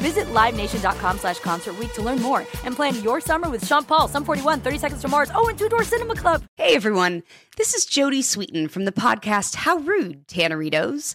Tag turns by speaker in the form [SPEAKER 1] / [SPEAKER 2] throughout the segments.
[SPEAKER 1] Visit LiveNation.com slash Concert Week to learn more and plan your summer with Sean Paul, Sum 41, 30 Seconds to Mars, oh, and Two Door Cinema Club.
[SPEAKER 2] Hey everyone, this is Jody Sweeten from the podcast How Rude, Tanneritos.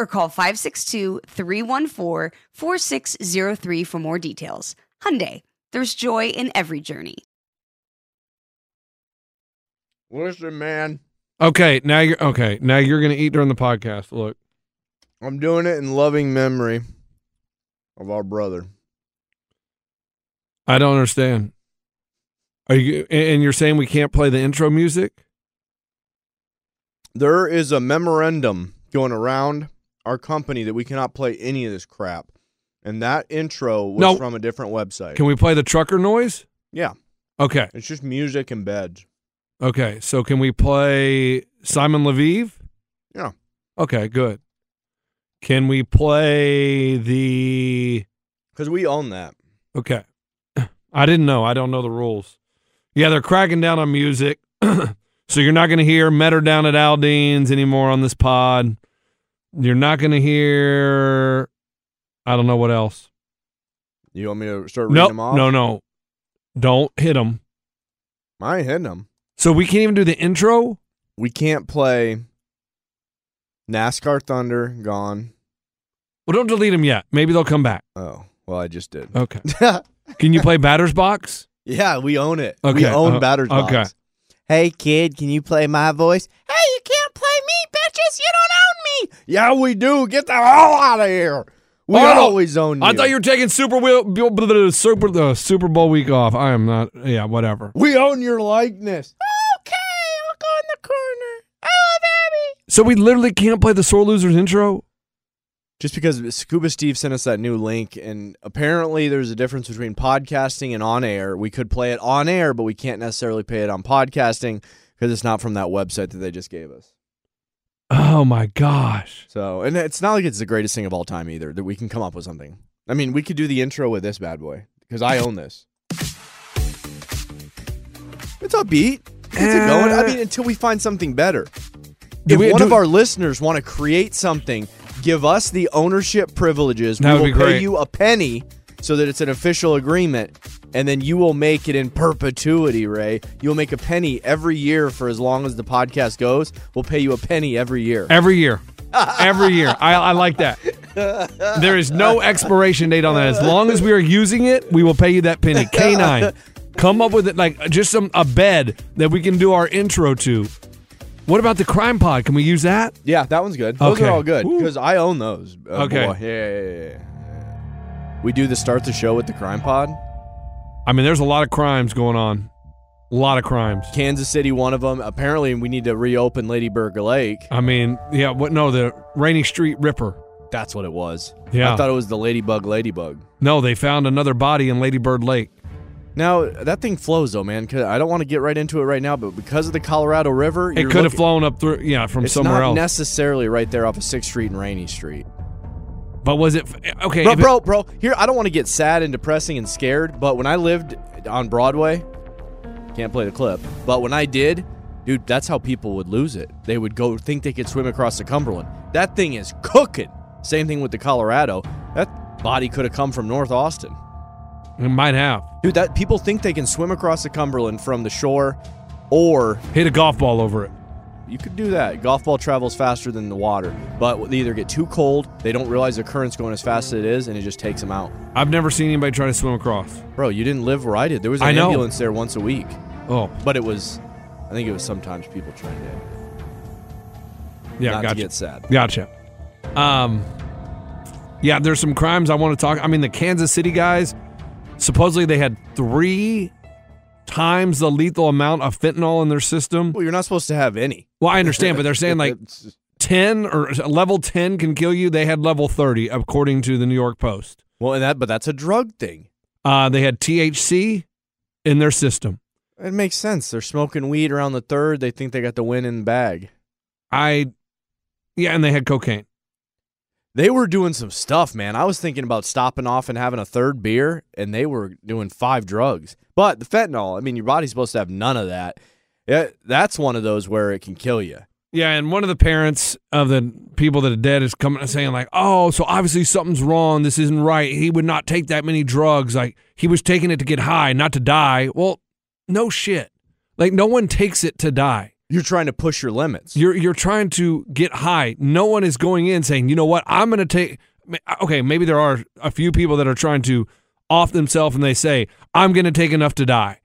[SPEAKER 2] or call 562-314-4603 for more details. Hyundai, there's joy in every journey.
[SPEAKER 3] Listen, man,
[SPEAKER 4] Okay, now you're okay. Now you're gonna eat during the podcast. Look,
[SPEAKER 3] I'm doing it in loving memory of our brother.
[SPEAKER 4] I don't understand. Are you and and you're saying we can't play the intro music?
[SPEAKER 3] There is a memorandum going around our company that we cannot play any of this crap. And that intro was
[SPEAKER 4] No.
[SPEAKER 3] from a different website.
[SPEAKER 4] Can we play the trucker noise?
[SPEAKER 3] yeah,
[SPEAKER 4] Okay,
[SPEAKER 3] it's just music and beds.
[SPEAKER 4] okay. So can we play Simon Lviv?
[SPEAKER 3] Yeah.
[SPEAKER 4] Okay, good. Can we play the?
[SPEAKER 3] Because we own that.
[SPEAKER 4] Okay, I didn't know. I don't know the rules. Yeah, they're cracking down on music, so you're not gonna hear Metter down at Aldine's anymore on this pod. You're not gonna hear. I don't know what else.
[SPEAKER 3] You want me to start reading
[SPEAKER 4] No,
[SPEAKER 3] them off?
[SPEAKER 4] no, no. Don't hit them.
[SPEAKER 3] I ain't hitting them.
[SPEAKER 4] So we can't even do the intro?
[SPEAKER 3] We can't play NASCAR Thunder, gone.
[SPEAKER 4] Well, don't delete them yet. Maybe they'll come back.
[SPEAKER 3] Oh, well, I just did.
[SPEAKER 4] Okay. Can you play Batter's Box?
[SPEAKER 3] yeah, we own it.
[SPEAKER 4] Okay,
[SPEAKER 3] We own
[SPEAKER 4] uh,
[SPEAKER 3] Batter's
[SPEAKER 4] okay.
[SPEAKER 3] Box. Hey, kid, can you play my voice? Hey, you can't play me, bitches. You don't own me. Yeah, we do. Get the hell out of here. We
[SPEAKER 4] Oh,
[SPEAKER 3] always own you.
[SPEAKER 4] I thought you were taking Super Wheel, bl- bl- bl- Super uh, Super Bowl week off. I am not. Yeah, whatever.
[SPEAKER 3] We own your likeness. Okay, I'll go in the corner. I love Abby.
[SPEAKER 4] So we literally can't play the Sore Losers intro?
[SPEAKER 3] Just because Scuba Steve sent us that new link, and apparently there's a difference between podcasting and on air. We could play it on air, but we can't necessarily play it on podcasting because it's not from that website that they just gave us.
[SPEAKER 4] Oh my gosh.
[SPEAKER 3] So, and it's not like it's the greatest thing of all time either that we can come up with something. I mean, we could do the intro with this bad boy because I own this. It's upbeat. It's it going. I mean, until we find something better.
[SPEAKER 4] Do
[SPEAKER 3] if
[SPEAKER 4] we-
[SPEAKER 3] one
[SPEAKER 4] do-
[SPEAKER 3] of our listeners want to create something, give us the ownership privileges. we
[SPEAKER 4] That would
[SPEAKER 3] will
[SPEAKER 4] be
[SPEAKER 3] pay
[SPEAKER 4] great.
[SPEAKER 3] you a penny so that it's an official agreement, and then you will make it in perpetuity, Ray. You'll make a penny every year for as long as the podcast goes. We'll pay you a penny every year.
[SPEAKER 4] Every year. Every year. I, I like that. There is no expiration date on that. As long as we are using it, we will pay you that penny. K9. Come up with it like just some a bed that we can do our intro to. What about the crime pod? Can we use that?
[SPEAKER 3] Yeah, that one's good. Those
[SPEAKER 4] Okay.
[SPEAKER 3] are all good
[SPEAKER 4] Woo.
[SPEAKER 3] because I own those. Oh,
[SPEAKER 4] Okay.
[SPEAKER 3] boy. Yeah, yeah, yeah, yeah. We do the start the show with the crime pod.
[SPEAKER 4] I mean, there's a lot of crimes going on. A lot of crimes.
[SPEAKER 3] Kansas City, one of them. Apparently, we need to reopen Ladyburg Lake.
[SPEAKER 4] I mean, yeah, what no, the Rainy Street Ripper.
[SPEAKER 3] That's what it was.
[SPEAKER 4] Yeah.
[SPEAKER 3] I thought it was the Ladybug Ladybug.
[SPEAKER 4] No, they found another body in Lady Bird Lake.
[SPEAKER 3] Now, that thing flows, though, man. 'cause I don't want to get right into it right now, but because of the Colorado River,
[SPEAKER 4] It
[SPEAKER 3] you're
[SPEAKER 4] could have
[SPEAKER 3] looking-
[SPEAKER 4] flown up through yeah, from
[SPEAKER 3] it's
[SPEAKER 4] somewhere
[SPEAKER 3] not
[SPEAKER 4] else.
[SPEAKER 3] necessarily right there off of 6th Street and Rainy Street.
[SPEAKER 4] But was it okay?
[SPEAKER 3] Bro,
[SPEAKER 4] if it-
[SPEAKER 3] bro, bro, here, I don't want to get sad and depressing and scared, but when I lived on Broadway, can't play the clip, but when I did, dude, that's how people would lose it. They would go think they could swim across the Cumberland. That thing is cooking. Same thing with the Colorado. That body could have come from North Austin.
[SPEAKER 4] it might have
[SPEAKER 3] Dude, that people think they can swim across the Cumberland from the shore or
[SPEAKER 4] hit a golf ball over it.
[SPEAKER 3] you could do that. Golf ball travels faster than the water, but they either get too cold, they don't realize the current's going as fast as it is, and it just takes them out.
[SPEAKER 4] I've never seen anybody try to swim across.
[SPEAKER 3] Bro, you didn't live where I did. There was
[SPEAKER 4] I
[SPEAKER 3] an
[SPEAKER 4] know.
[SPEAKER 3] ambulance there once a week,
[SPEAKER 4] Oh,
[SPEAKER 3] but it was, I think it was sometimes people trying to
[SPEAKER 4] yeah,
[SPEAKER 3] not
[SPEAKER 4] gotcha.
[SPEAKER 3] to get sad.
[SPEAKER 4] Gotcha. Um, yeah, there's some crimes I want to talk. I mean, the Kansas City guys supposedly they had three times the lethal amount of fentanyl in their system.
[SPEAKER 3] Well, you're not supposed to have any.
[SPEAKER 4] Well, I understand, but they're saying like
[SPEAKER 3] It's-
[SPEAKER 4] ten or level ten can kill you. They had level thirty, according to the New York Post.
[SPEAKER 3] well, and that, but that's a drug thing.
[SPEAKER 4] Uh, they had THC in their system.
[SPEAKER 3] It makes sense. They're smoking weed around the third. They think they got the win in the bag.
[SPEAKER 4] I, yeah, and they had cocaine.
[SPEAKER 3] They were doing some stuff, man. I was thinking about stopping off and having a third beer, and they were doing five drugs. But the fentanyl, I mean, your body's supposed to have none of that. Yeah, that's one of those where it can kill you.
[SPEAKER 4] Yeah, and one of the parents of the people that are dead is coming and saying like, "Oh, so obviously something's wrong. This isn't right. He would not take that many drugs. Like he was taking it to get high, not to die." Well, no shit. Like no one takes it to die.
[SPEAKER 3] You're trying to push your limits.
[SPEAKER 4] You're you're trying to get high. No one is going in saying, "You know what? I'm going to take." Okay, maybe there are a few people that are trying to off themselves and they say, "I'm going to take enough to die,"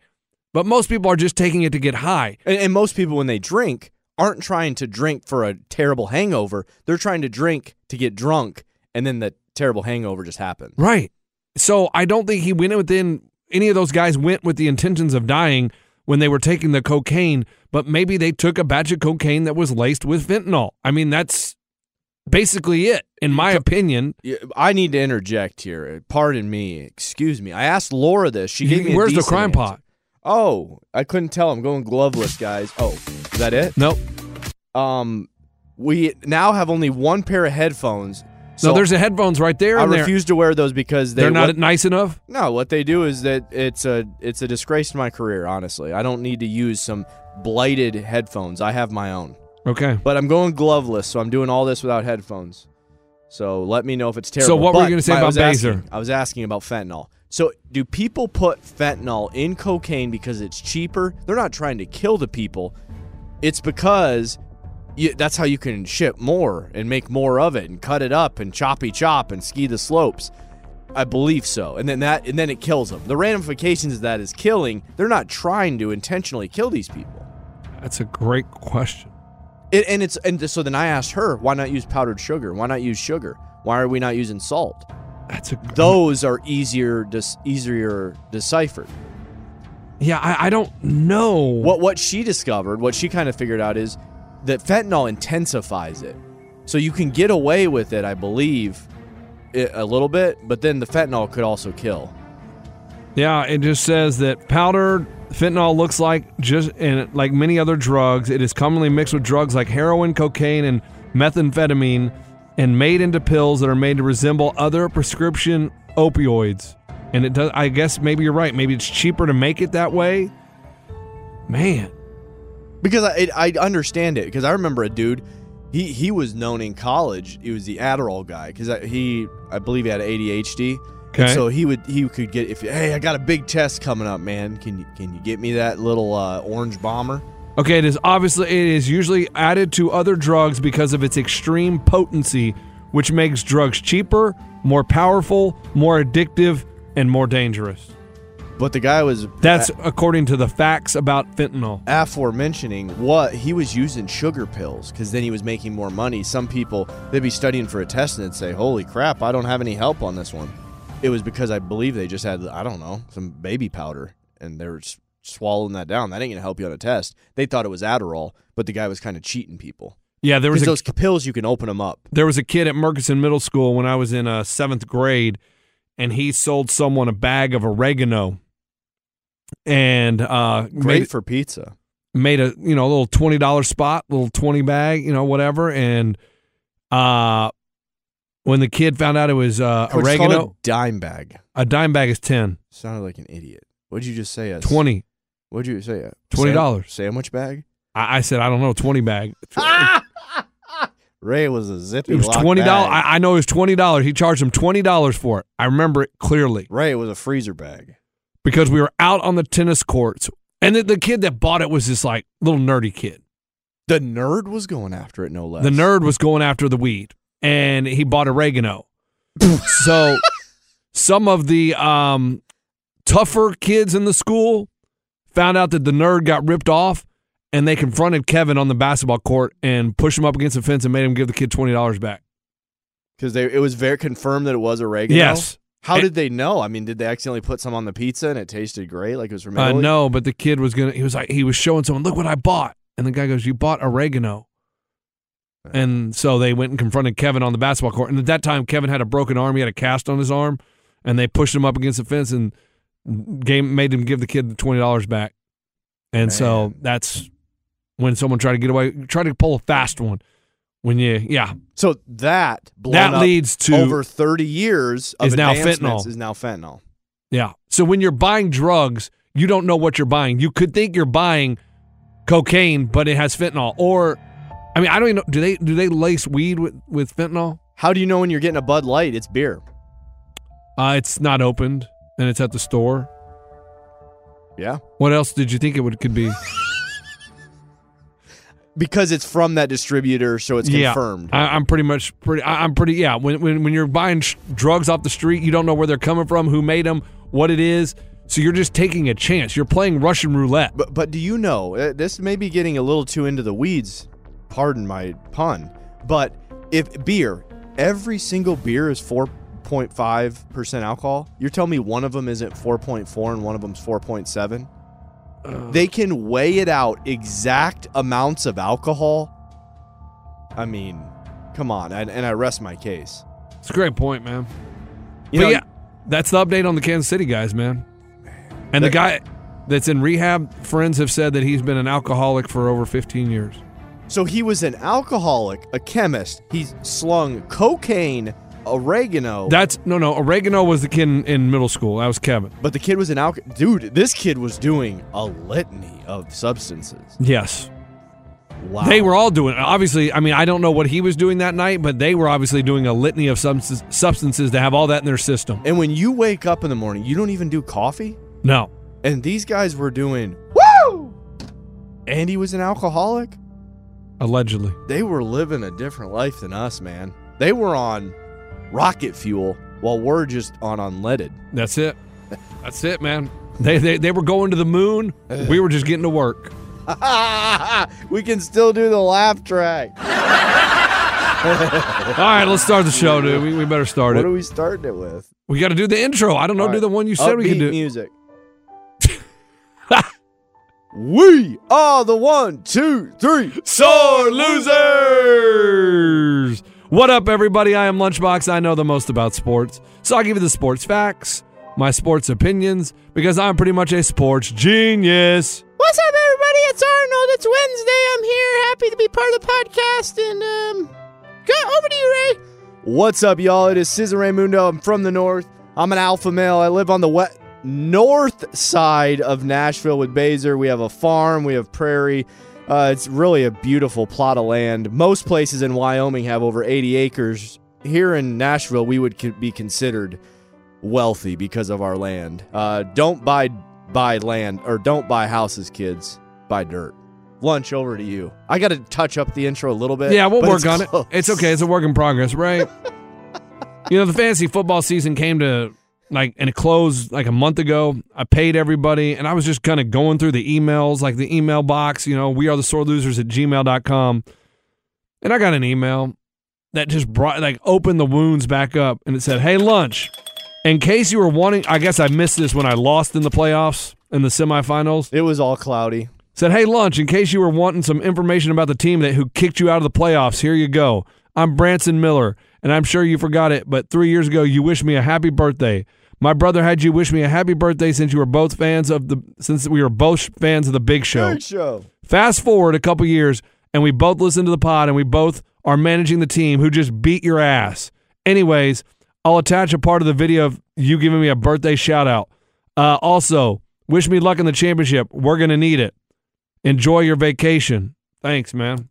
[SPEAKER 4] but most people are just taking it to get high.
[SPEAKER 3] And, and most people, when they drink, aren't trying to drink for a terrible hangover. They're trying to drink to get drunk, and then the terrible hangover just happened.
[SPEAKER 4] Right. So I don't think he went within any of those guys went with the intentions of dying when they were taking the cocaine, but maybe they took a batch of cocaine that was laced with fentanyl. I mean, that's basically it, in my opinion.
[SPEAKER 3] Yeah, I need to interject here. Pardon me. Excuse me. I asked Laura this. She gave me. a
[SPEAKER 4] Where's the
[SPEAKER 3] decent
[SPEAKER 4] crime
[SPEAKER 3] answer.
[SPEAKER 4] pot?
[SPEAKER 3] Oh, I couldn't tell. I'm going gloveless, guys. Oh, is that it?
[SPEAKER 4] Nope.
[SPEAKER 3] Um, we now have only one pair of headphones. So
[SPEAKER 4] no, there's the headphones right there.
[SPEAKER 3] I
[SPEAKER 4] and they're-
[SPEAKER 3] refuse to wear those because they
[SPEAKER 4] They're not
[SPEAKER 3] what-
[SPEAKER 4] nice enough.
[SPEAKER 3] No, what they do is that it's a it's a disgrace to my career. Honestly, I don't need to use some blighted headphones. I have my own,
[SPEAKER 4] Okay.
[SPEAKER 3] but I'm going gloveless, so I'm doing all this without headphones. So let me know if it's terrible.
[SPEAKER 4] So what were you
[SPEAKER 3] But
[SPEAKER 4] gonna say
[SPEAKER 3] my- I
[SPEAKER 4] about
[SPEAKER 3] was
[SPEAKER 4] Baser?
[SPEAKER 3] asking- I was asking about fentanyl. So do people put fentanyl in cocaine because it's cheaper? They're not trying to kill the people. It's because you, that's how you can ship more and make more of it and cut it up and choppy chop and ski the slopes. I believe so. And then that and then it kills them. The ramifications of that is killing. They're not trying to intentionally kill these people.
[SPEAKER 4] That's a great question.
[SPEAKER 3] It, and it's and so then I asked her, why not use powdered sugar? Why not use sugar? Why are we not using salt?
[SPEAKER 4] That's a
[SPEAKER 3] Those are easier dis, easier deciphered.
[SPEAKER 4] Yeah, I, I don't know.
[SPEAKER 3] What what she discovered, what she kind of figured out is that fentanyl intensifies it. So you can get away with it, I believe, i- a little bit, but then the fentanyl could also kill.
[SPEAKER 4] Yeah, it just says that powdered fentanyl looks like just and like many other drugs, it is commonly mixed with drugs like heroin, cocaine, and methamphetamine, and made into pills that are made to resemble other prescription opioids. And it does. I guess maybe you're right. Maybe it's cheaper to make it that way. Man,
[SPEAKER 3] because I it, I understand it because I remember a dude he he was known in college he was the Adderall guy because he I believe he had ADHD And
[SPEAKER 4] Okay.
[SPEAKER 3] so he would he could get if hey I got a big test coming up man can you can you get me that little uh, orange bomber
[SPEAKER 4] Okay, it is obviously it is usually added to other drugs because of its extreme potency, which makes drugs cheaper, more powerful, more addictive, and more dangerous.
[SPEAKER 3] but the guy was
[SPEAKER 4] That's according to the facts about fentanyl.
[SPEAKER 3] aforementioning what he was using sugar pills because then he was making more money. Some people they'd be studying for a test and they'd say, "Holy crap, I don't have any help on this one." It was because I believe they just had I don't know some baby powder and they were s- swallowing that down. That ain't gonna help you on a test. They thought it was Adderall, but the guy was kind of cheating people.
[SPEAKER 4] Yeah, there was
[SPEAKER 3] Because
[SPEAKER 4] a,
[SPEAKER 3] those pills you can open them up.
[SPEAKER 4] there was a kid at Murkison Middle School when I was in uh, seventh grade, and he sold someone a bag of oregano, and uh,
[SPEAKER 3] Great
[SPEAKER 4] made,
[SPEAKER 3] for pizza.
[SPEAKER 4] made a you know a little twenty dollar spot, little twenty bag, you know whatever, and uh, when the kid found out it was uh,
[SPEAKER 3] Coach, it's called
[SPEAKER 4] oregano.
[SPEAKER 3] a dime bag.
[SPEAKER 4] A dime bag is 10,
[SPEAKER 3] Sounded like an idiot. What'd you just say? A s-
[SPEAKER 4] 20.
[SPEAKER 3] What'd you say? A
[SPEAKER 4] $20.
[SPEAKER 3] sam- sandwich bag.
[SPEAKER 4] I, I said, I don't know, 20 bag.
[SPEAKER 3] Ray was a zippy.
[SPEAKER 4] It was
[SPEAKER 3] lock
[SPEAKER 4] $20.
[SPEAKER 3] bag.
[SPEAKER 4] I, I know it was $20. He charged him $20 for it. I remember it clearly
[SPEAKER 3] Ray was a freezer bag.
[SPEAKER 4] because we were out on the tennis courts. And the, the kid that bought it was this like little nerdy kid.
[SPEAKER 3] The nerd was going after it, no less.
[SPEAKER 4] The nerd was going after the weed, and he bought oregano. so some of the um, tougher kids in the school found out that the nerd got ripped off, and they confronted Kevin on the basketball court and pushed him up against the fence and made him give the kid twenty dollars back.
[SPEAKER 3] because they it was very confirmed that it was oregano.
[SPEAKER 4] Yes.
[SPEAKER 3] How
[SPEAKER 4] It-
[SPEAKER 3] did they know? I mean, did they accidentally put some on the pizza and it tasted great, like it was from
[SPEAKER 4] Uh,
[SPEAKER 3] Italy?
[SPEAKER 4] no, but the kid was gonna. He was like, he was showing someone, look what I bought, and the guy goes, you bought oregano. And so they went and confronted Kevin on the basketball court. And at that time, Kevin had a broken arm; he had a cast on his arm, and they pushed him up against the fence and game made him give the kid the twenty dollars back. And so
[SPEAKER 3] Man.
[SPEAKER 4] that's when someone tried to get away, tried to pull a fast one. When you, yeah,
[SPEAKER 3] So that blown
[SPEAKER 4] that
[SPEAKER 3] up
[SPEAKER 4] leads to
[SPEAKER 3] over thirty years of
[SPEAKER 4] Is now
[SPEAKER 3] advancements
[SPEAKER 4] fentanyl.
[SPEAKER 3] Is now fentanyl.
[SPEAKER 4] Yeah. So when you're buying drugs, you don't know what you're buying. You could think you're buying cocaine, but it has fentanyl. Or, I mean, I don't even know. Do they do they lace weed with with fentanyl?
[SPEAKER 3] How do you know when you're getting a Bud Light? It's beer.
[SPEAKER 4] Uh, it's not opened and it's at the store.
[SPEAKER 3] Yeah,
[SPEAKER 4] What else did you think it would could be?
[SPEAKER 3] because it's from that distributor, so it's confirmed.
[SPEAKER 4] Yeah, I, I'm pretty much pretty. I, I'm pretty. Yeah, when when when you're buying sh- drugs off the street, you don't know where they're coming from, who made them, what it is. So you're just taking a chance. You're playing Russian roulette.
[SPEAKER 3] But but do you know uh, this may be getting a little too into the weeds? Pardon my pun, but if beer, every single beer is four point five percent alcohol. You're telling me one of them isn't four point four and one of them's four point seven?
[SPEAKER 4] Uh.
[SPEAKER 3] They can weigh it out exact amounts of alcohol. I mean, come on, and, and I rest my case.
[SPEAKER 4] It's a great point, man.
[SPEAKER 3] You
[SPEAKER 4] but
[SPEAKER 3] know,
[SPEAKER 4] yeah, that's the update on the Kansas City guys, man. And the guy that's in rehab, friends have said that he's been an alcoholic for over 15 years.
[SPEAKER 3] So he was an alcoholic, a chemist. He slung cocaine, oregano.
[SPEAKER 4] That's no, no. Oregano was the kid in, in middle school. That was Kevin.
[SPEAKER 3] But the kid was an alcohol. Dude, this kid was doing a litany of substances.
[SPEAKER 4] Yes.
[SPEAKER 3] Wow.
[SPEAKER 4] They were all doing obviously. I mean, I don't know what he was doing that night, but they were obviously doing a litany of substances, substances to have all that in their system.
[SPEAKER 3] And when you wake up in the morning, you don't even do coffee.
[SPEAKER 4] No,
[SPEAKER 3] And these guys were doing woo. And he was an alcoholic.
[SPEAKER 4] allegedly.
[SPEAKER 3] They were living a different life than us, man. They were on rocket fuel while we're just on unleaded.
[SPEAKER 4] That's it. That's it, man. They they, they were going to the moon. We were just getting to work.
[SPEAKER 3] we can still do the laugh track.
[SPEAKER 4] All right, let's start the show, dude. We, we better start
[SPEAKER 3] What
[SPEAKER 4] it.
[SPEAKER 3] are we starting it with?
[SPEAKER 4] We got to do the intro. I don't know.
[SPEAKER 3] All
[SPEAKER 4] Do
[SPEAKER 3] right.
[SPEAKER 4] the one you said we could
[SPEAKER 3] Upbeat
[SPEAKER 4] do.
[SPEAKER 3] music. we are the one, two, three.
[SPEAKER 4] Sore losers. What up, everybody? I am Lunchbox. I know the most about sports, so I'll give you the sports facts, my sports opinions, because I'm pretty much a sports genius.
[SPEAKER 3] What's up, everybody? It's Arnold. It's Wednesday. I'm here, happy to be part of the podcast. And um, go over to you, Ray. What's up, y'all? It is Cesar Raymundo. I'm from the north. I'm an alpha male. I live on the wet north side of Nashville with Baser. We have a farm. We have prairie. Uh, it's really a beautiful plot of land. Most places in Wyoming have over 80 acres. Here in Nashville, we would co- be considered wealthy because of our land. Uh, don't buy buy land or don't buy houses, kids. Buy dirt. Lunch over to you. I got to touch up the intro a little bit.
[SPEAKER 4] Yeah, we'll
[SPEAKER 3] but
[SPEAKER 4] work on
[SPEAKER 3] close.
[SPEAKER 4] it. It's okay. It's a work in progress, right? you know, the fantasy football season came to like and it closed like a month ago. I paid everybody and I was just kind of going through the emails, like the email box, you know, we are the sore losers at gmail.com. And I got an email that just brought like opened the wounds back up and it said, Hey lunch. In case you were wanting I guess I missed this when I lost in the playoffs in the semifinals
[SPEAKER 3] It was all cloudy.
[SPEAKER 4] said, "Hey, lunch. In case you were wanting some information about the team that who kicked you out of the playoffs, here you go. I'm Branson Miller, and I'm sure you forgot it, but three years ago you wished me a happy birthday. My brother had you wish me a happy birthday since you were both fans of the since we were both fans of the Big Show.
[SPEAKER 3] show.
[SPEAKER 4] Fast forward a couple years, and we both listen to the pod, and we both are managing the team who just beat your ass. Anyways, I'll attach a part of the video of you giving me a birthday shout out. Uh, also, wish me luck in the championship. We're going to need it. Enjoy your vacation. Thanks, man.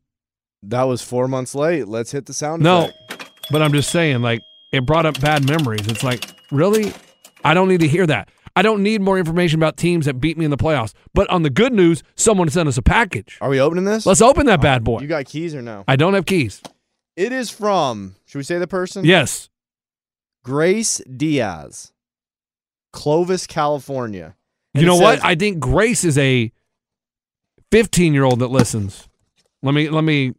[SPEAKER 3] That was four months late. Let's hit the sound.
[SPEAKER 4] No,
[SPEAKER 3] effect.
[SPEAKER 4] but I'm just saying, like, it brought up bad memories. It's like, really? I don't need to hear that. I don't need more information about teams that beat me in the playoffs. But on the good news, someone sent us a package.
[SPEAKER 3] Are we opening this?
[SPEAKER 4] Let's open that bad
[SPEAKER 3] You
[SPEAKER 4] boy.
[SPEAKER 3] got keys or no?
[SPEAKER 4] I don't have keys.
[SPEAKER 3] It is from. Should we say the person?
[SPEAKER 4] Yes.
[SPEAKER 3] Grace Diaz, Clovis, California. And
[SPEAKER 4] you
[SPEAKER 3] it
[SPEAKER 4] know what?
[SPEAKER 3] says-
[SPEAKER 4] I think Grace is a 15 year old that listens. Let me let me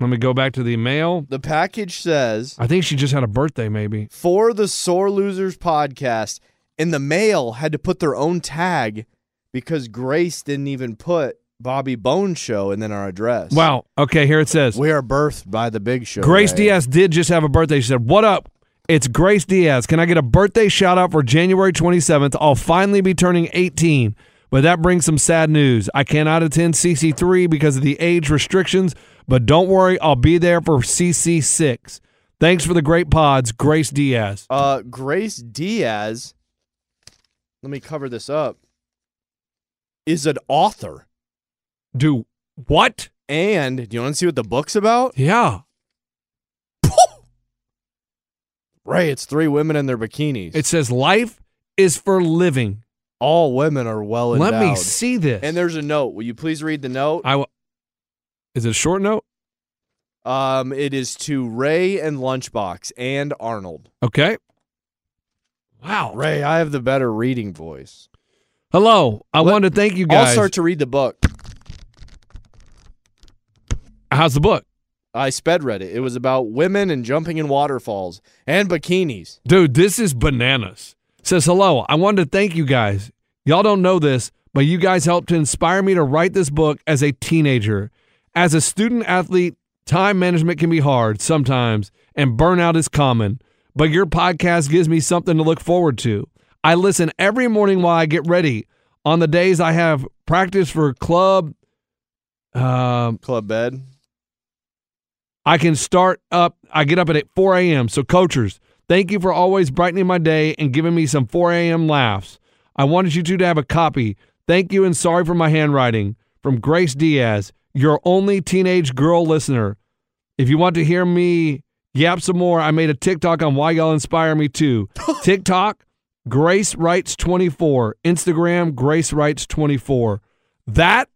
[SPEAKER 4] let me go back to the mail.
[SPEAKER 3] the package says
[SPEAKER 4] I think she just had a birthday, maybe.
[SPEAKER 3] for the Sore Losers podcast, and the mail had to put their own tag because Grace didn't even put Bobby Bone Show and then our address.
[SPEAKER 4] Wow. Okay, here it says.
[SPEAKER 3] We are birthed by the Big Show.
[SPEAKER 4] Grace
[SPEAKER 3] Ray.
[SPEAKER 4] Diaz did just have a birthday. She said, What up? It's Grace Diaz. Can I get a birthday shout out for January 27th? I'll finally be turning 18. But that brings some sad news. I cannot attend CC3 because of the age restrictions, but don't worry, I'll be there for CC6. Thanks for the great pods, Grace Diaz.
[SPEAKER 3] Uh, Grace Diaz. Let me cover this up. Is an author,
[SPEAKER 4] Do what?
[SPEAKER 3] and do you want to see what the book's about?
[SPEAKER 4] Yeah.
[SPEAKER 3] Ray, it's three women in their bikinis.
[SPEAKER 4] It says life is for living.
[SPEAKER 3] all women are well endowed.
[SPEAKER 4] Let me see this.
[SPEAKER 3] And there's a note. Will you please read the note?
[SPEAKER 4] I w- Is it a short note?
[SPEAKER 3] Um, it is to Ray and Lunchbox and Arnold.
[SPEAKER 4] Okay. Wow.
[SPEAKER 3] Ray, I have the better reading voice.
[SPEAKER 4] Hello. I
[SPEAKER 3] Let-
[SPEAKER 4] wanted to thank you
[SPEAKER 3] I'll
[SPEAKER 4] guys.
[SPEAKER 3] start to read the book.
[SPEAKER 4] How's the book?
[SPEAKER 3] I sped read it. It was about women and jumping in waterfalls and bikinis.
[SPEAKER 4] Dude, this is bananas. Says, hello. I wanted to thank you guys. Y'all don't know this, but you guys helped to inspire me to write this book as a teenager. As a student athlete, time management can be hard sometimes, and burnout is common. But your podcast gives me something to look forward to. I listen every morning while I get ready. On the days I have practice for club, um,
[SPEAKER 3] Club bed.
[SPEAKER 4] I can start up. I get up at 4 a.m. So, coachers, thank you for always brightening my day and giving me some 4 a.m. laughs. I wanted you two to have a copy. Thank you and sorry for my handwriting. From Grace Diaz, your only teenage girl listener. If you want to hear me yap some more, I made a TikTok on why y'all inspire me too. TikTok, Grace Writes 24. Instagram, Grace Writes 24. That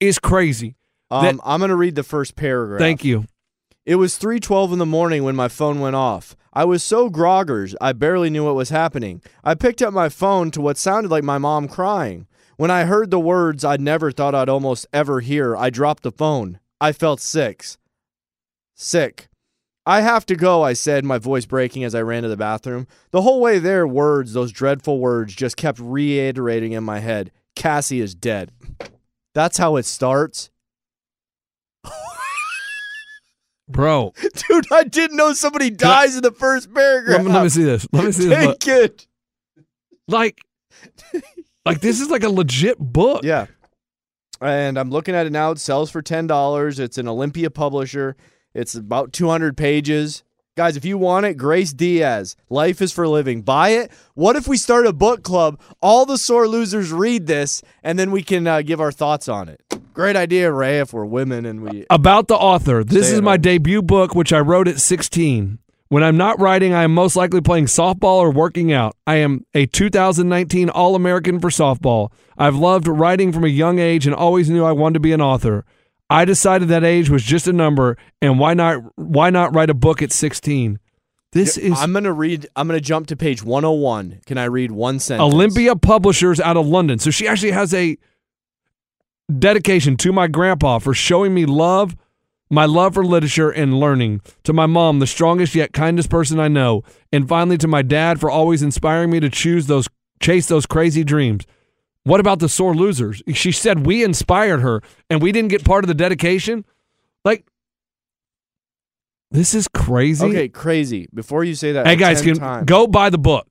[SPEAKER 4] is crazy.
[SPEAKER 3] Um,
[SPEAKER 4] That-
[SPEAKER 3] I'm gonna read the first paragraph.
[SPEAKER 4] Thank you.
[SPEAKER 3] It was 3:12 in the morning when my phone went off. I was so groggers, I barely knew what was happening. I picked up my phone to what sounded like my mom crying. When I heard the words I'd never thought I'd almost ever hear, I dropped the phone. I felt sick. Sick. I have to go, I said, my voice breaking as I ran to the bathroom. The whole way there, words, those dreadful words, just kept reiterating in my head Cassie is dead. That's how it starts.
[SPEAKER 4] Bro,
[SPEAKER 3] Dude, I didn't know somebody dies in the first paragraph.
[SPEAKER 4] Let me, let me see this. Let me see this. book.
[SPEAKER 3] Take it.
[SPEAKER 4] Like, like this is like a legit book.
[SPEAKER 3] Yeah. And I'm looking at it now. It sells for ten dollars. It's an Olympia publisher. It's about 200 pages. Guys, if you want it, Grace Diaz, Life is for Living. Buy it. What if we start a book club? All the sore losers read this, and then we can uh, give our thoughts on it. Great idea, Ray. If we're women and we
[SPEAKER 4] About the author. This
[SPEAKER 3] Stay
[SPEAKER 4] is
[SPEAKER 3] at
[SPEAKER 4] my
[SPEAKER 3] home.
[SPEAKER 4] debut book, which I wrote at 16. When I'm not writing, I am most likely playing softball or working out. I am a 2019 All American for softball. I've loved writing from a young age and always knew I wanted to be an author. I decided that age was just a number, and why not? Why not write a book at 16? This is
[SPEAKER 3] I'm gonna read. I'm gonna jump to page 101. Can I read one sentence?
[SPEAKER 4] Olympia Publishers out of London. So she actually has a dedication to my grandpa for showing me love, my love for literature and learning, to my mom, the strongest yet kindest person I know, and finally to my dad for always inspiring me to choose those chase those crazy dreams. What about the sore losers? She said we inspired her and we didn't get part of the dedication? Like this is crazy.
[SPEAKER 3] Okay, crazy. Before you say that,
[SPEAKER 4] Hey
[SPEAKER 3] for
[SPEAKER 4] guys,
[SPEAKER 3] 10
[SPEAKER 4] can
[SPEAKER 3] times-
[SPEAKER 4] go buy the book.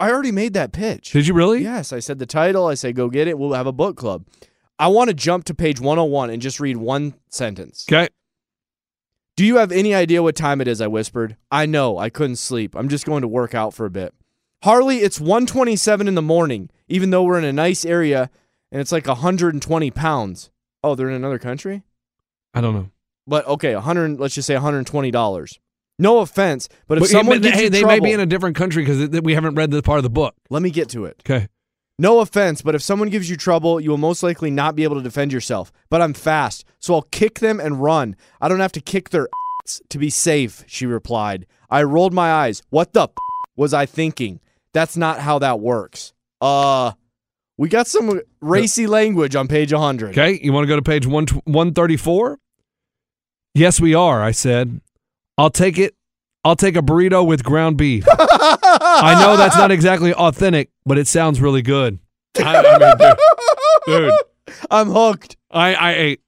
[SPEAKER 3] I already made that pitch.
[SPEAKER 4] Did you really?
[SPEAKER 3] Yes, I said the title. I said go get it. We'll have a book oh club. I want to jump to page 101 and just read one sentence.
[SPEAKER 4] Okay.
[SPEAKER 3] Do you have any idea what time it is? I whispered. I know. I couldn't sleep. I'm just going to work out for a bit. Harley, it's 127 in the morning, even though we're in a nice area and it's like 120 pounds. Oh, they're in another country?
[SPEAKER 4] I don't know.
[SPEAKER 3] But okay, 100, let's just say $120. No offense, but if
[SPEAKER 4] But it-
[SPEAKER 3] someone
[SPEAKER 4] they,
[SPEAKER 3] gives
[SPEAKER 4] hey,
[SPEAKER 3] you
[SPEAKER 4] they
[SPEAKER 3] trouble,
[SPEAKER 4] may be in a different country because we haven't read the part of the book.
[SPEAKER 3] let me get to it.
[SPEAKER 4] Okay.
[SPEAKER 3] No offense, but if someone gives you trouble, you will most likely not be able to defend yourself. But I'm fast, so I'll kick them and run. I don't have to kick their ass to be safe, she replied. I rolled my eyes. What the p- was I thinking? That's not how that works. Uh, we got some racy language on page 100.
[SPEAKER 4] Okay. You want to go to page one one thirty four? Yes, we are. I said. I'll take it. I'll take a burrito with ground beef. I know that's not exactly authentic, but it sounds really good. I, I mean, dude, dude,
[SPEAKER 3] I'm hooked.
[SPEAKER 4] I, I ate.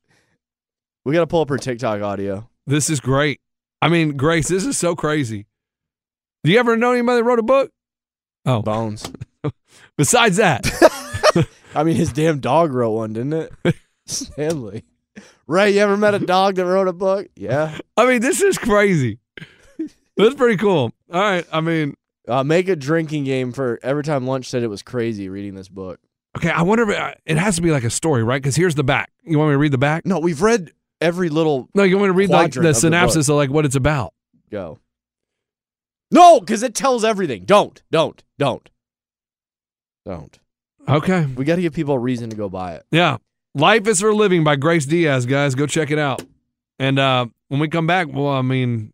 [SPEAKER 3] We got to pull up her TikTok audio.
[SPEAKER 4] This is great. I mean, Grace, this is so crazy. Do you ever know anybody that wrote a book? Oh,
[SPEAKER 3] Bones.
[SPEAKER 4] besides that,
[SPEAKER 3] I mean, his damn dog wrote one, didn't it? Stanley. Ray, you ever met a dog that wrote a book? Yeah.
[SPEAKER 4] I mean, this is crazy. That's pretty cool. All right. I mean,
[SPEAKER 3] Uh, make a drinking game for every time lunch said it was crazy reading this book.
[SPEAKER 4] okay. I wonder if uh, it, it has to be like a story, right? Because here's the back. You want me to read the back?
[SPEAKER 3] No, we've read every little
[SPEAKER 4] No, you want me to read like the
[SPEAKER 3] Quadrant of the
[SPEAKER 4] synopsis of like what it's about.
[SPEAKER 3] go. No, because it tells everything. Don't, don't, don't, don't.
[SPEAKER 4] Okay.
[SPEAKER 3] We got to give people a reason to go buy it.
[SPEAKER 4] Yeah. Life is for Living by Grace Diaz, guys. Go check it out. And uh, when we come back, well, I mean,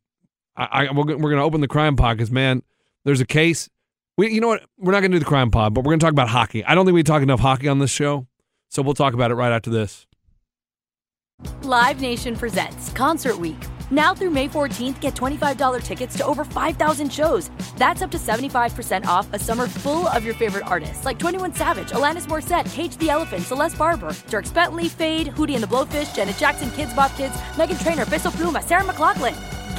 [SPEAKER 4] I, I we're, gonna- we're going to open the crime pod because, man, there's a case. We, you know what? We're not going to do the crime pod, but we're going to talk about hockey. I don't think we talk enough hockey on this show, so we'll talk about it right after this.
[SPEAKER 1] Live Nation presents Concert Week. Now through May 14th, get $25 tickets to over 5,000 shows. That's up to 75% off a summer full of your favorite artists like 21 Savage, Alanis Morissette, Cage the Elephant, Celeste Barber, Dirk Bentley, Fade, Hootie and the Blowfish, Janet Jackson, Kids Bop Kids, Megan Trainor, Bissell Pluma, Sarah McLaughlin.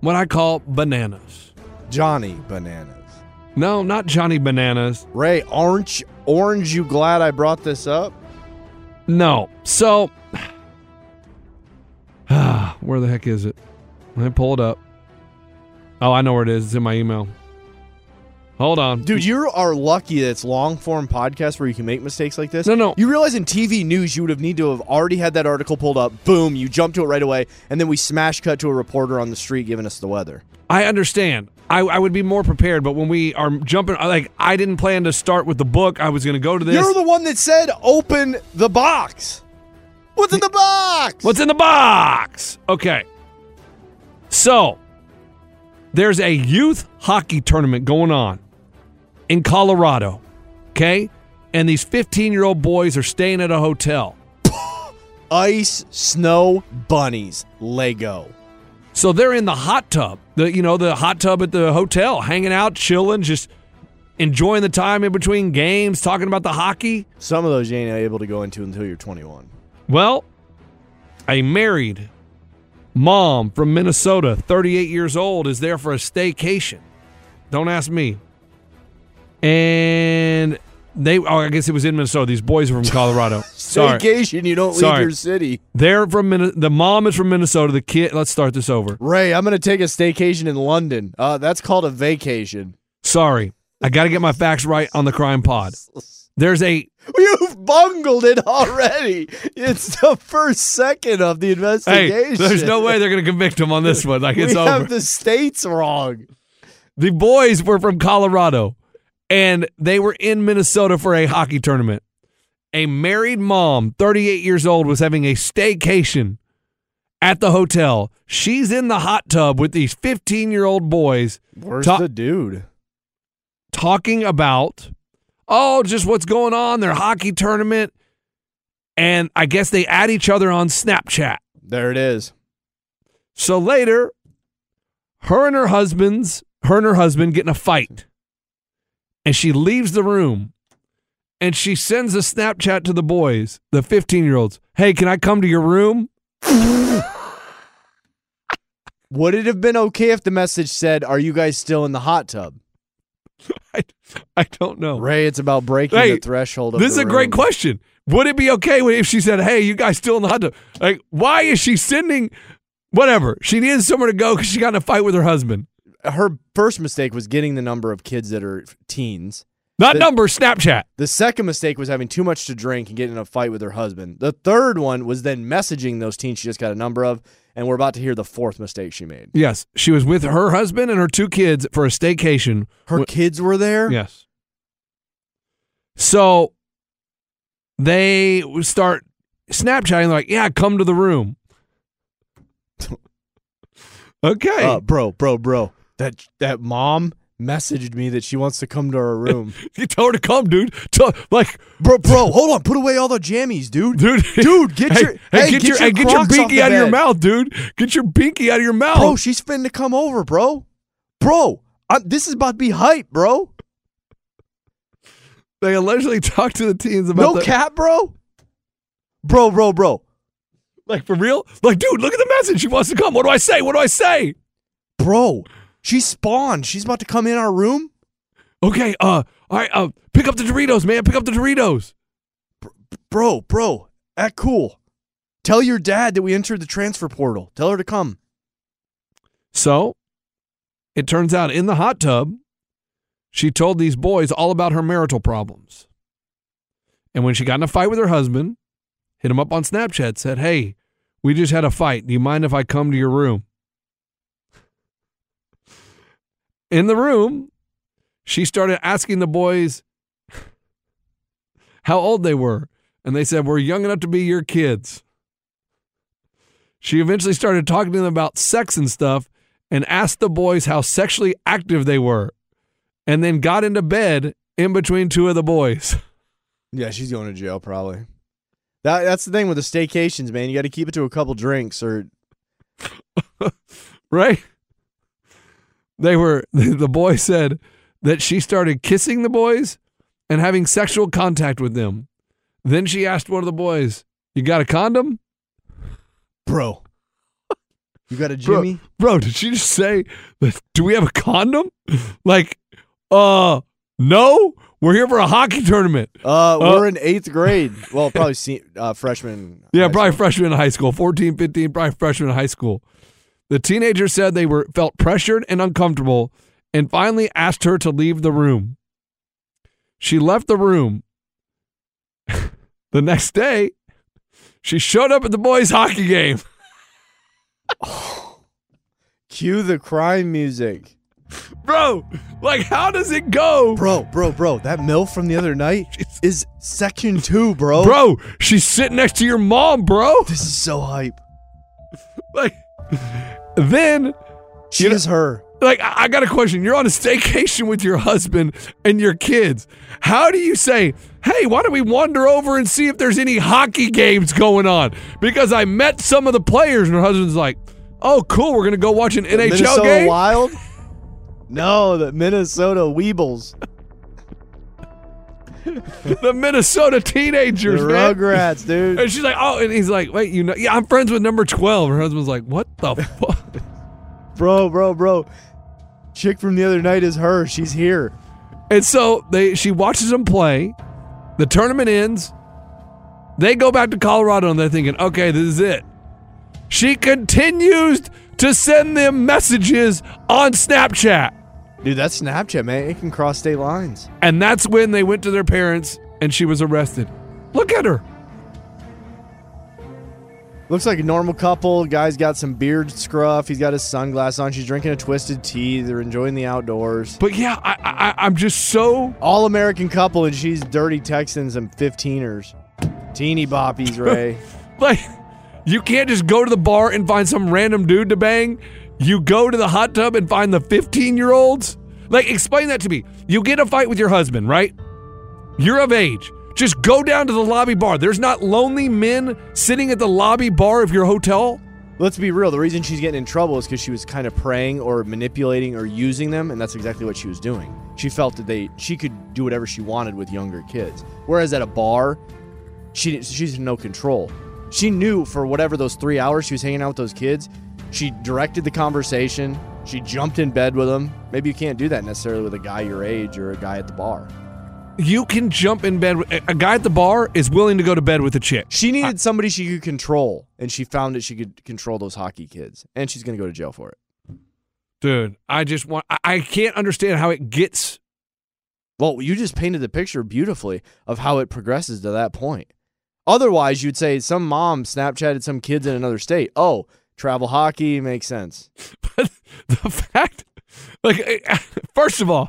[SPEAKER 4] what I call bananas.
[SPEAKER 3] Johnny Bananas.
[SPEAKER 4] No, not Johnny Bananas.
[SPEAKER 3] Ray, orange, orange. You glad I brought this up?
[SPEAKER 4] No. So, where the heck is it? I pull it up. Oh, I know where it is. It's in my email. Hold on.
[SPEAKER 3] Dude, you are lucky that it's long form podcast where you can make mistakes like this.
[SPEAKER 4] No, no.
[SPEAKER 3] You realize in TV news you would have need to have already had that article pulled up. Boom, you jump to it right away, and then we smash cut to a reporter on the street giving us the weather.
[SPEAKER 4] I understand. I, I would be more prepared, but when we are jumping, I- like I didn't plan to start with the book. I was going to go to this.
[SPEAKER 3] You're the one that said open the box. What's in the box?
[SPEAKER 4] What's in the box? Okay. So, there's a youth hockey tournament going on in Colorado. Okay? and these 15 year old boys are staying at a hotel.
[SPEAKER 3] Ice, snow, bunnies, Lego.
[SPEAKER 4] So they're in the hot tub, the you know the hot tub at the hotel, hanging out, chilling, just enjoying the time in between games, talking about the hockey.
[SPEAKER 3] Some of those you ain't able to go into until you're 21.
[SPEAKER 4] Well, a married mom from Minnesota, 38 years old, is there for a staycation. Don't ask me. And they, oh, I guess it was in Minnesota. These boys are from Colorado. Sorry.
[SPEAKER 3] Vacation, you don't leave
[SPEAKER 4] Sorry.
[SPEAKER 3] your city.
[SPEAKER 4] They're from Minne- the mom is from Minnesota. The kid. Let's start this over.
[SPEAKER 3] Ray, I'm gonna take a staycation in London. Uh, that's called a vacation.
[SPEAKER 4] Sorry, I got to get my facts right on the crime pod. There's a
[SPEAKER 3] You've bungled it already. It's the first second of the investigation.
[SPEAKER 4] hey. There's no way they're going to convict him on this one. Like
[SPEAKER 3] we
[SPEAKER 4] it's
[SPEAKER 3] have
[SPEAKER 4] over.
[SPEAKER 3] the states wrong.
[SPEAKER 4] the boys were from Colorado and they were in Minnesota for a hockey tournament. A married mom, 38 years old, was having a staycation at the hotel. She's in the hot tub with these 15 year old boys
[SPEAKER 3] Where's
[SPEAKER 4] Ta-
[SPEAKER 3] the dude?
[SPEAKER 4] talking about, oh, just what's going on, their hockey tournament. And I guess they add each other on Snapchat.
[SPEAKER 3] There it is.
[SPEAKER 4] So later, her and her husband's her and her husband get in a fight. And she leaves the room and she sends a Snapchat to the boys, the 15 year olds. Hey, can I come to your room?
[SPEAKER 3] Would it have been okay if the message said, "Are you guys still in the hot tub?"
[SPEAKER 4] I, I don't know.
[SPEAKER 3] Ray, it's about breaking
[SPEAKER 4] Hey,
[SPEAKER 3] the threshold. Of
[SPEAKER 4] This is
[SPEAKER 3] the
[SPEAKER 4] a great
[SPEAKER 3] room.
[SPEAKER 4] question. Would it be okay if she said, Hey, you guys still in the hot tub? Like, why is she sending whatever? She needed somewhere to go because she got in a fight with her husband.
[SPEAKER 3] Her first mistake was getting the number of kids that are teens.
[SPEAKER 4] Not
[SPEAKER 3] The-
[SPEAKER 4] number, Snapchat.
[SPEAKER 3] The second mistake was having too much to drink and getting in a fight with her husband. The third one was then messaging those teens she just got a number of, and we're about to hear the fourth mistake she made.
[SPEAKER 4] Yes. She was with her husband and her two kids for a staycation
[SPEAKER 3] Her kids were there.
[SPEAKER 4] Yes. So they start Snapchatting, like, yeah, come to the room. okay.
[SPEAKER 3] Uh, bro, bro, bro. That that mom messaged me that she wants to come to her room.
[SPEAKER 4] you told her to come, dude. Tell- like,
[SPEAKER 3] bro, bro, hold on. Put away all the jammies, dude.
[SPEAKER 4] dude.
[SPEAKER 3] Dude, get
[SPEAKER 4] hey,
[SPEAKER 3] your-
[SPEAKER 4] hey,
[SPEAKER 3] hey,
[SPEAKER 4] get,
[SPEAKER 3] get
[SPEAKER 4] your,
[SPEAKER 3] your
[SPEAKER 4] hey, get your
[SPEAKER 3] Crocs off
[SPEAKER 4] binky
[SPEAKER 3] the
[SPEAKER 4] out of your
[SPEAKER 3] bed.
[SPEAKER 4] mouth, dude. Get your binky out of your mouth.
[SPEAKER 3] Bro, she's finna to come over, bro. Bro, I'm, this is about to be hype, bro.
[SPEAKER 4] they allegedly talked to the teens about
[SPEAKER 3] No
[SPEAKER 4] the,
[SPEAKER 3] cap, bro. Bro, bro, bro.
[SPEAKER 4] like for real. Like, dude, look at the message. She wants to come. What do I say? What do I say?
[SPEAKER 3] Bro, she spawned. She's about to come in our room.
[SPEAKER 4] Okay. Uh. All right. Uh. Pick up the Doritos, man. Pick up the Doritos.
[SPEAKER 3] Bro, bro, act cool. Tell your dad that we entered the transfer portal. Tell her to come.
[SPEAKER 4] So it turns out in the hot tub, she told these boys all about her marital problems. And when she got in a fight with her husband, hit him up on Snapchat, said, Hey, we just had a fight. Do you mind if I come to your room? In the room, she started asking the boys how old they were. And they said, We're young enough to be your kids. She eventually started talking to them about sex and stuff and asked the boys how sexually active they were and then got into bed in between two of the boys.
[SPEAKER 3] Yeah, she's going to jail probably. That, that's the thing with the staycations, man. You got to keep it to a couple drinks or
[SPEAKER 4] Right? They were, the boy said that she started kissing the boys and having sexual contact with them. Then she asked one of the boys, You got a condom?
[SPEAKER 3] bro. You got a Jimmy?
[SPEAKER 4] Bro, did she just say, Do we have a condom? Like, uh, no, we're here for a hockey tournament.
[SPEAKER 3] Uh,
[SPEAKER 4] Uh,
[SPEAKER 3] we're in eighth grade. Well, probably se- uh, freshman.
[SPEAKER 4] Yeah,
[SPEAKER 3] high
[SPEAKER 4] probably
[SPEAKER 3] school.
[SPEAKER 4] freshman in high school, 14, 15, probably freshman in high school. The teenager said they were felt pressured and uncomfortable and finally asked her to leave the room. She left the room. the next day, she showed up at the boys' hockey game.
[SPEAKER 3] Cue the crime music.
[SPEAKER 4] Bro, like how does it go?
[SPEAKER 3] Bro, bro, bro. That milf from the other night is section two, bro.
[SPEAKER 4] Bro, she's sitting next to your mom, bro.
[SPEAKER 3] This is so hype.
[SPEAKER 4] Like then
[SPEAKER 3] She
[SPEAKER 4] You know-
[SPEAKER 3] is her.
[SPEAKER 4] like I I got a question. You're on a staycation with your husband and your kids. How do you say, "Hey, why don't we wander over and see if there's any hockey games going on?" Because I met some of the players, and her husband's like, "Oh, cool, we're gonna go watch an NHL
[SPEAKER 3] Minnesota
[SPEAKER 4] game."
[SPEAKER 3] Wild? No, the Minnesota Weebles.
[SPEAKER 4] The Minnesota
[SPEAKER 3] The
[SPEAKER 4] teenagers, man.
[SPEAKER 3] Rugrats, dude.
[SPEAKER 4] And she's like, "Oh," and he's like, "Wait, you know? Yeah, I'm friends with number 12." Her husband's like, "What the fuck?"
[SPEAKER 3] Bro, bro, bro. Chick from the other night is her. She's here.
[SPEAKER 4] And so they she watches them play. The tournament ends. They go back to Colorado and they're thinking, okay, this is it. She continues to send them messages on Snapchat.
[SPEAKER 3] Dude, that's Snapchat, man. It can cross state lines.
[SPEAKER 4] And that's when they went to their parents and she was arrested. Look at her.
[SPEAKER 3] Looks like a normal couple. Guy's got some beard scruff. He's got his sunglasses on. She's drinking a twisted tea. They're enjoying the outdoors.
[SPEAKER 4] But yeah, I, I, I'm just so
[SPEAKER 3] All American couple, and she's dirty Texans and 15ers. Teeny boppies, Ray.
[SPEAKER 4] like, you can't just go to the bar and find some random dude to bang. You go to the hot tub and find the 15 year olds. Like, explain that to me. You get in a fight with your husband, right? You're of age. Just go down to the lobby bar. There's not lonely men sitting at the lobby bar of your hotel.
[SPEAKER 3] Let's be real. The reason she's getting in trouble is because she was kind of preying or manipulating or using them, and that's exactly what she was doing. She felt that they she could do whatever she wanted with younger kids, whereas at a bar, she didn't- she's in no control. She knew for whatever those three hours she was hanging out with those kids, she directed the conversation. She jumped in bed with them. Maybe you can't do that necessarily with a guy your age or a guy at the bar.
[SPEAKER 4] You can jump in bed. With, a guy at the bar is willing to go to bed with a chick.
[SPEAKER 3] She needed somebody she could control, and she found that she could control those hockey kids, and she's gonna go to jail for it.
[SPEAKER 4] Dude, I just want, I, I can't understand how it gets.
[SPEAKER 3] Well, you just painted the picture beautifully of how it progresses to that point. Otherwise, you'd say some mom Snapchatted some kids in another state. Oh, travel hockey makes sense.
[SPEAKER 4] But the fact, like, eh, first of all,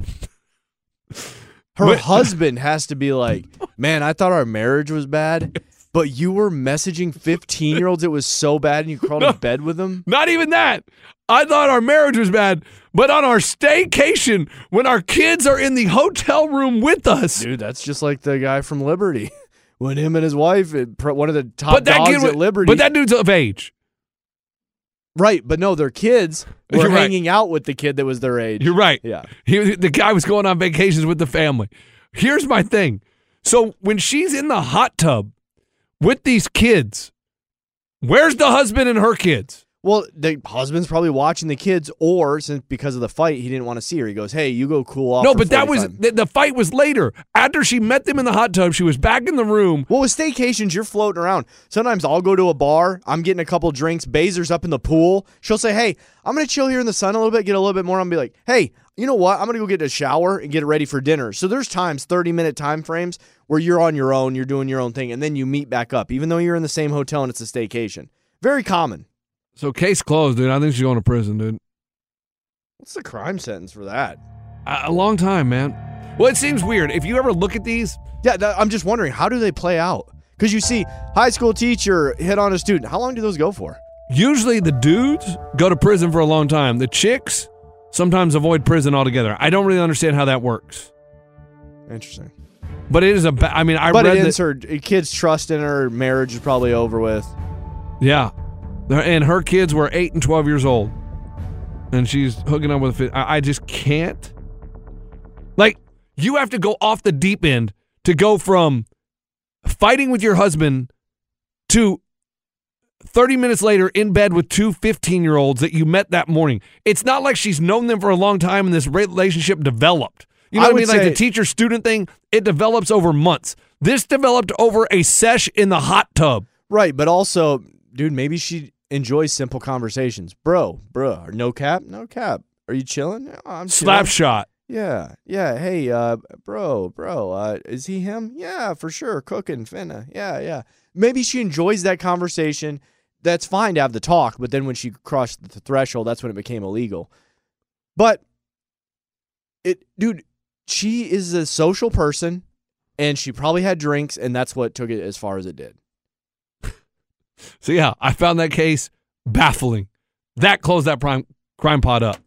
[SPEAKER 3] Her
[SPEAKER 4] But-
[SPEAKER 3] husband has to be like, man, I thought our marriage was bad, but you were messaging 15 year olds. It was so bad, and you crawled
[SPEAKER 4] No.
[SPEAKER 3] in bed with them.
[SPEAKER 4] Not even that. I thought our marriage was bad, but on our staycation, when our kids are in the hotel room with us,
[SPEAKER 3] Dude, that's just like the guy from Liberty. When him and his wife, it- pr- one of the top
[SPEAKER 4] but that
[SPEAKER 3] dogs
[SPEAKER 4] kid,
[SPEAKER 3] at
[SPEAKER 4] wa-
[SPEAKER 3] Liberty.
[SPEAKER 4] but that dude's of age.
[SPEAKER 3] right, but no, their kids were
[SPEAKER 4] You're right.
[SPEAKER 3] hanging out with the kid that was their age.
[SPEAKER 4] You're right.
[SPEAKER 3] Yeah.
[SPEAKER 4] He, the guy was going on vacations with the family. Here's my thing. So when she's in the hot tub with these kids, where's the husband and her kids?
[SPEAKER 3] Well, the husband's probably watching the kids, or since because of the fight, he didn't want to see her. He goes, "Hey, you go cool off."
[SPEAKER 4] no,
[SPEAKER 3] for
[SPEAKER 4] but that was
[SPEAKER 3] 45."
[SPEAKER 4] the, the fight was later. After she met them in the hot tub, she was back in the room.
[SPEAKER 3] well with staycations. You're floating around. Sometimes I'll go to a bar. I'm getting a couple drinks. Bazer's up in the pool. She'll say, "Hey, I'm gonna chill here in the sun a little bit, get a little bit more." I'm gonna be like, "Hey, you know what? I'm gonna go get a shower and get ready for dinner." So there's times, 30 minute time frames where you're on your own, you're doing your own thing, and then you meet back up, even though you're in the same hotel and it's a staycation. Very common.
[SPEAKER 4] So case closed, dude. I think she's going to prison, dude.
[SPEAKER 3] What's the crime sentence for that?
[SPEAKER 4] A, a long time, man. Well, it seems weird. If you ever look at these,
[SPEAKER 3] Yeah, th- I'm just wondering how do they play out? Because you see, high school teacher hit on a student. How long do those go for?
[SPEAKER 4] usually the dudes go to prison for a long time. The chicks sometimes avoid prison altogether. I don't really understand how that works.
[SPEAKER 3] Interesting.
[SPEAKER 4] But it is a. Ba- I mean, I
[SPEAKER 3] but
[SPEAKER 4] read
[SPEAKER 3] it
[SPEAKER 4] that.
[SPEAKER 3] ends her kids' trust in her. Marriage is probably over with.
[SPEAKER 4] Yeah, and her kids were eight and twelve years old, and she's hooking up with. a fi- I, I just can't. Like, you have to go off the deep end to go from fighting with your husband to 30 minutes later in bed with two 15 year olds that you met that morning. It's not like she's known them for a long time and this relationship developed. You know
[SPEAKER 3] I
[SPEAKER 4] what I
[SPEAKER 3] would
[SPEAKER 4] mean? Like the
[SPEAKER 3] say-
[SPEAKER 4] teacher student thing, it develops over months. This developed over a sesh in the hot tub.
[SPEAKER 3] Right, but also, dude, maybe she enjoys simple conversations. Bro, bro, no cap, no cap. Are you chilling? Yeah, I'm
[SPEAKER 4] Slap
[SPEAKER 3] chilling.
[SPEAKER 4] shot.
[SPEAKER 3] Yeah, yeah. Hey, uh, bro, bro, uh, is he him? Yeah, for sure. Cooking, finna. Yeah, yeah. Maybe she enjoys that conversation. That's fine to have the talk, but then when she crossed the threshold, that's when it became illegal. But it, dude, she is a social person, and she probably had drinks, and that's what took it as far as it did.
[SPEAKER 4] So yeah, I found that case baffling. That closed that prime crime pod up.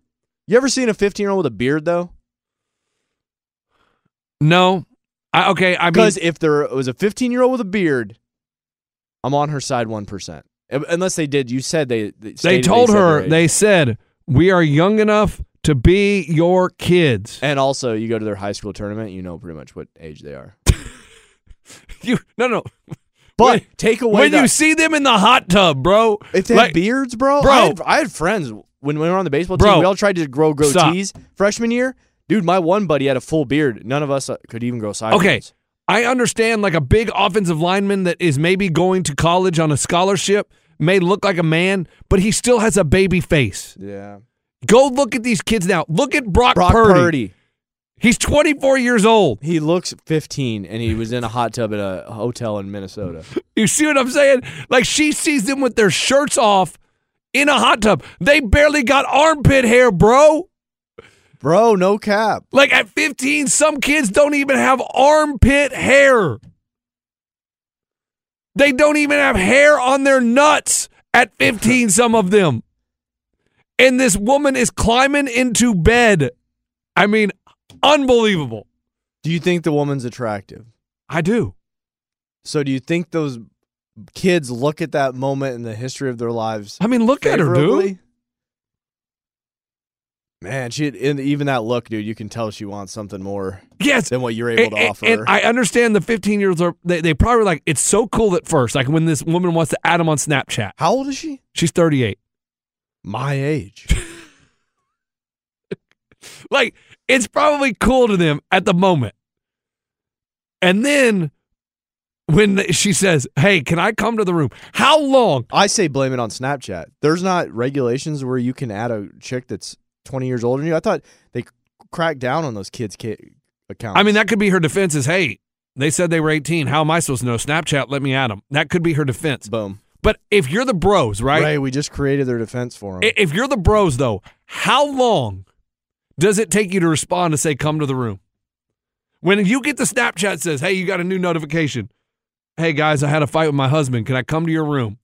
[SPEAKER 3] You ever seen a 15 year old with a beard though?
[SPEAKER 4] No. I, okay, I mean,
[SPEAKER 3] Because if there was a 15 year old with a beard, I'm on her side one percent. Unless they did, you said they they,
[SPEAKER 4] they
[SPEAKER 3] stated
[SPEAKER 4] told
[SPEAKER 3] said their
[SPEAKER 4] her,
[SPEAKER 3] age.
[SPEAKER 4] they said, we are young enough to be your kids.
[SPEAKER 3] and also you go to their high school tournament, you know pretty much what age they are.
[SPEAKER 4] You No, no.
[SPEAKER 3] But take away
[SPEAKER 4] when
[SPEAKER 3] the-
[SPEAKER 4] you see them in the hot tub, bro.
[SPEAKER 3] if they
[SPEAKER 4] like-
[SPEAKER 3] had beards, bro,
[SPEAKER 4] Bro.
[SPEAKER 3] I had, I had friends when we were on the baseball
[SPEAKER 4] Bro.
[SPEAKER 3] team. We all tried to grow
[SPEAKER 4] Stop.
[SPEAKER 3] goatees freshman year. Dude, my one buddy had a full beard. None of us uh, could even grow sideburns.
[SPEAKER 4] Okay. I understand like a big offensive lineman that is maybe going to college on a scholarship may look like a man, but he still has a baby face.
[SPEAKER 3] Yeah.
[SPEAKER 4] Go look at these kids now. Look at Brock,
[SPEAKER 3] Brock
[SPEAKER 4] Purdy.
[SPEAKER 3] Purdy.
[SPEAKER 4] He's 24 years old.
[SPEAKER 3] He looks 15 and he was in a hot tub at a hotel in Minnesota.
[SPEAKER 4] You see what I'm saying? Like she sees them with their shirts off in a hot tub. They barely got armpit hair, bro.
[SPEAKER 3] Bro, no cap.
[SPEAKER 4] Like at 15, some kids don't even have armpit hair. They don't even have hair on their nuts at 15, some of them. And this woman is climbing into bed. I mean, unbelievable.
[SPEAKER 3] Do you think the woman's attractive?
[SPEAKER 4] I do.
[SPEAKER 3] So do you think those kids look at that moment in the history of their lives?
[SPEAKER 4] I mean, look at her, dude.
[SPEAKER 3] favorably? Man, she in, even that look, dude. You can tell she wants something more
[SPEAKER 4] Yes.
[SPEAKER 3] than what you're able to
[SPEAKER 4] and,
[SPEAKER 3] offer.
[SPEAKER 4] and I understand the 15 year olds are, they, they probably were like, it's so cool at first. Like when this woman wants to add him on Snapchat,
[SPEAKER 3] How old is she?
[SPEAKER 4] she's 38.
[SPEAKER 3] My age.
[SPEAKER 4] Like it's probably cool to them at the moment. And then when th- she says, "Hey, can I come to the room?" How long?
[SPEAKER 3] I say blame it on Snapchat. There's not regulations where you can add a chick that's 20 years older than you. I thought they cracked down on those kids' ki- accounts.
[SPEAKER 4] I mean, that could be her defense is, "Hey, they said they were 18. How am I supposed to know? Snapchat, let me add them." That could be her defense.
[SPEAKER 3] boom.
[SPEAKER 4] But if you're the bros, right?
[SPEAKER 3] Ray, we just created their defense for him.
[SPEAKER 4] I- If you're the bros though, how long does it take you to respond to say come to the room? When you get the Snapchat says, "Hey, you got a new notification. Hey guys, I had a fight with my husband. Can I come to your room?"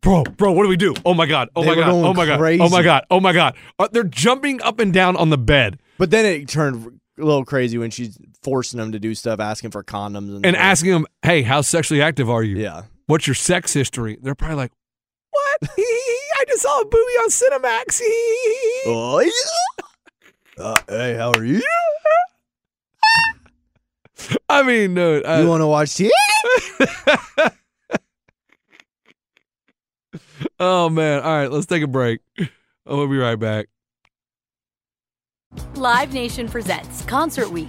[SPEAKER 4] Bro, bro, what do we do? Oh my god. Oh
[SPEAKER 3] They
[SPEAKER 4] my
[SPEAKER 3] were
[SPEAKER 4] god.
[SPEAKER 3] going
[SPEAKER 4] Oh my god. Oh my
[SPEAKER 3] crazy.
[SPEAKER 4] god. Oh my god. Uh, they're jumping up and down on the bed
[SPEAKER 3] but then it turned a little crazy when she's forcing him to do stuff, asking for condoms and,
[SPEAKER 4] and asking them, "Hey, how sexually active are you?
[SPEAKER 3] Yeah.
[SPEAKER 4] What's your sex history?" They're probably like, "What? I just saw a booby on Cinemax."
[SPEAKER 3] Oh, yeah. Uh, hey, how are you?
[SPEAKER 4] I mean, no. uh,
[SPEAKER 3] you want to watch TV?
[SPEAKER 4] Oh man. All right, let's take a break. We'll be right back.
[SPEAKER 1] Live Nation presents Concert Week.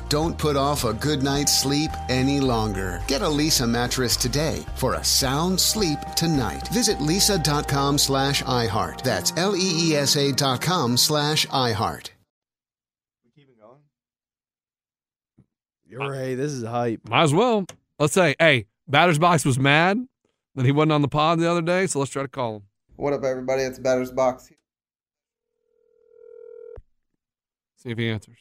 [SPEAKER 5] Don't put off a good night's sleep any longer. Get a Lisa mattress today for a sound sleep tonight. Visit lisa.com slash iHeart. That's L E E S A dot com slash iHeart.
[SPEAKER 3] You're right. This is hype.
[SPEAKER 4] Might as well. Let's say, hey, Batter's Box was mad that he wasn't on the pod the other day, so let's try to call him.
[SPEAKER 6] What up, everybody? It's Batter's Box.
[SPEAKER 4] See if he answers.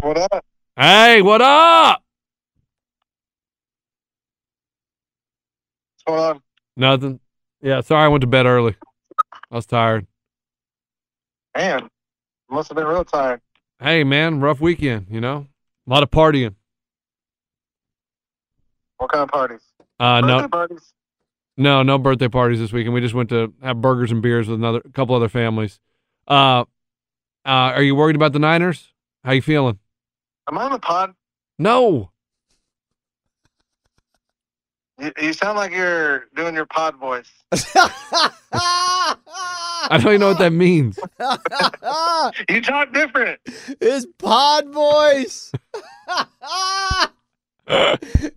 [SPEAKER 6] What up?
[SPEAKER 4] Hey, what up?
[SPEAKER 6] What's going on?
[SPEAKER 4] Nothing. Yeah, sorry I went to bed early. I was tired.
[SPEAKER 6] Man, must have been real tired.
[SPEAKER 4] Hey, man, rough weekend, you know? A lot of partying.
[SPEAKER 6] What kind of parties?
[SPEAKER 4] Uh,
[SPEAKER 6] Birthday
[SPEAKER 4] no,
[SPEAKER 6] parties.
[SPEAKER 4] no, no birthday parties this weekend. We just went to have burgers and beers with another a couple other families. Uh, uh, are you worried about the Niners? How you feeling?
[SPEAKER 6] Am I on the pod?
[SPEAKER 4] No.
[SPEAKER 6] You, you sound like you're doing your pod voice.
[SPEAKER 4] I don't even know what that means.
[SPEAKER 7] Ah,
[SPEAKER 6] You talk different.
[SPEAKER 3] His pod voice.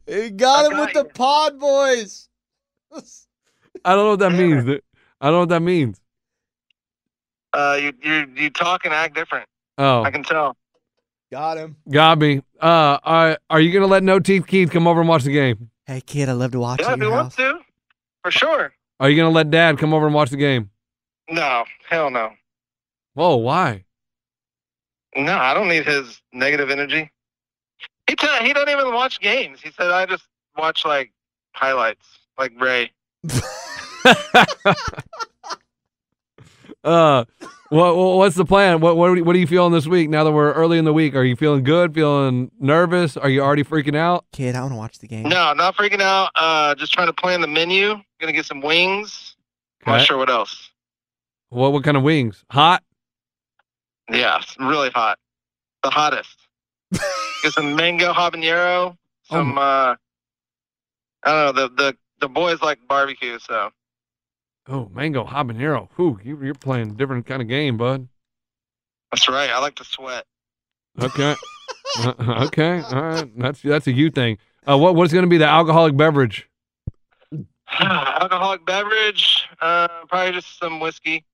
[SPEAKER 3] He got him
[SPEAKER 6] got
[SPEAKER 3] with the
[SPEAKER 6] you.
[SPEAKER 3] pod voice.
[SPEAKER 4] I don't know what that means. dude. I don't know what that means.
[SPEAKER 6] Uh, you you you talk and act different.
[SPEAKER 4] Oh,
[SPEAKER 6] I can tell.
[SPEAKER 3] Got him.
[SPEAKER 4] got me. Uh, are, are you going to let No Teeth Keith come over and watch the game?
[SPEAKER 3] Hey kid, I love to watch
[SPEAKER 6] Yeah, if he wants to, for sure.
[SPEAKER 4] Are you going to let Dad come over and watch the game?
[SPEAKER 6] No, hell no.
[SPEAKER 4] Whoa, why?
[SPEAKER 6] No, I don't need his negative energy. He t- he doesn't even watch games. He said I just watch like highlights, like Ray.
[SPEAKER 4] Uh, what, what's the plan? What, what what are you feeling this week? Now that we're early in the week, are you feeling good? Feeling nervous? Are you already freaking out?
[SPEAKER 3] Kid, I want to watch the game.
[SPEAKER 6] No, not freaking out. Uh, just trying to plan the menu. Gonna get some wings.
[SPEAKER 4] Okay.
[SPEAKER 6] Not sure what else.
[SPEAKER 4] What what kind of wings? Hot?
[SPEAKER 6] Yeah, it's really hot. The hottest. Get some mango habanero.
[SPEAKER 3] Oh
[SPEAKER 6] Some uh, I don't know. The the the boys like barbecue, so
[SPEAKER 4] Oh, mango habanero. Whew, you, you're playing a different kind of game, bud.
[SPEAKER 6] that's right. I like to sweat.
[SPEAKER 4] Okay, Uh, okay, all right. That's that's a you thing. Uh, what what's going to be the alcoholic beverage?
[SPEAKER 6] Alcoholic beverage. Uh, probably just some whiskey.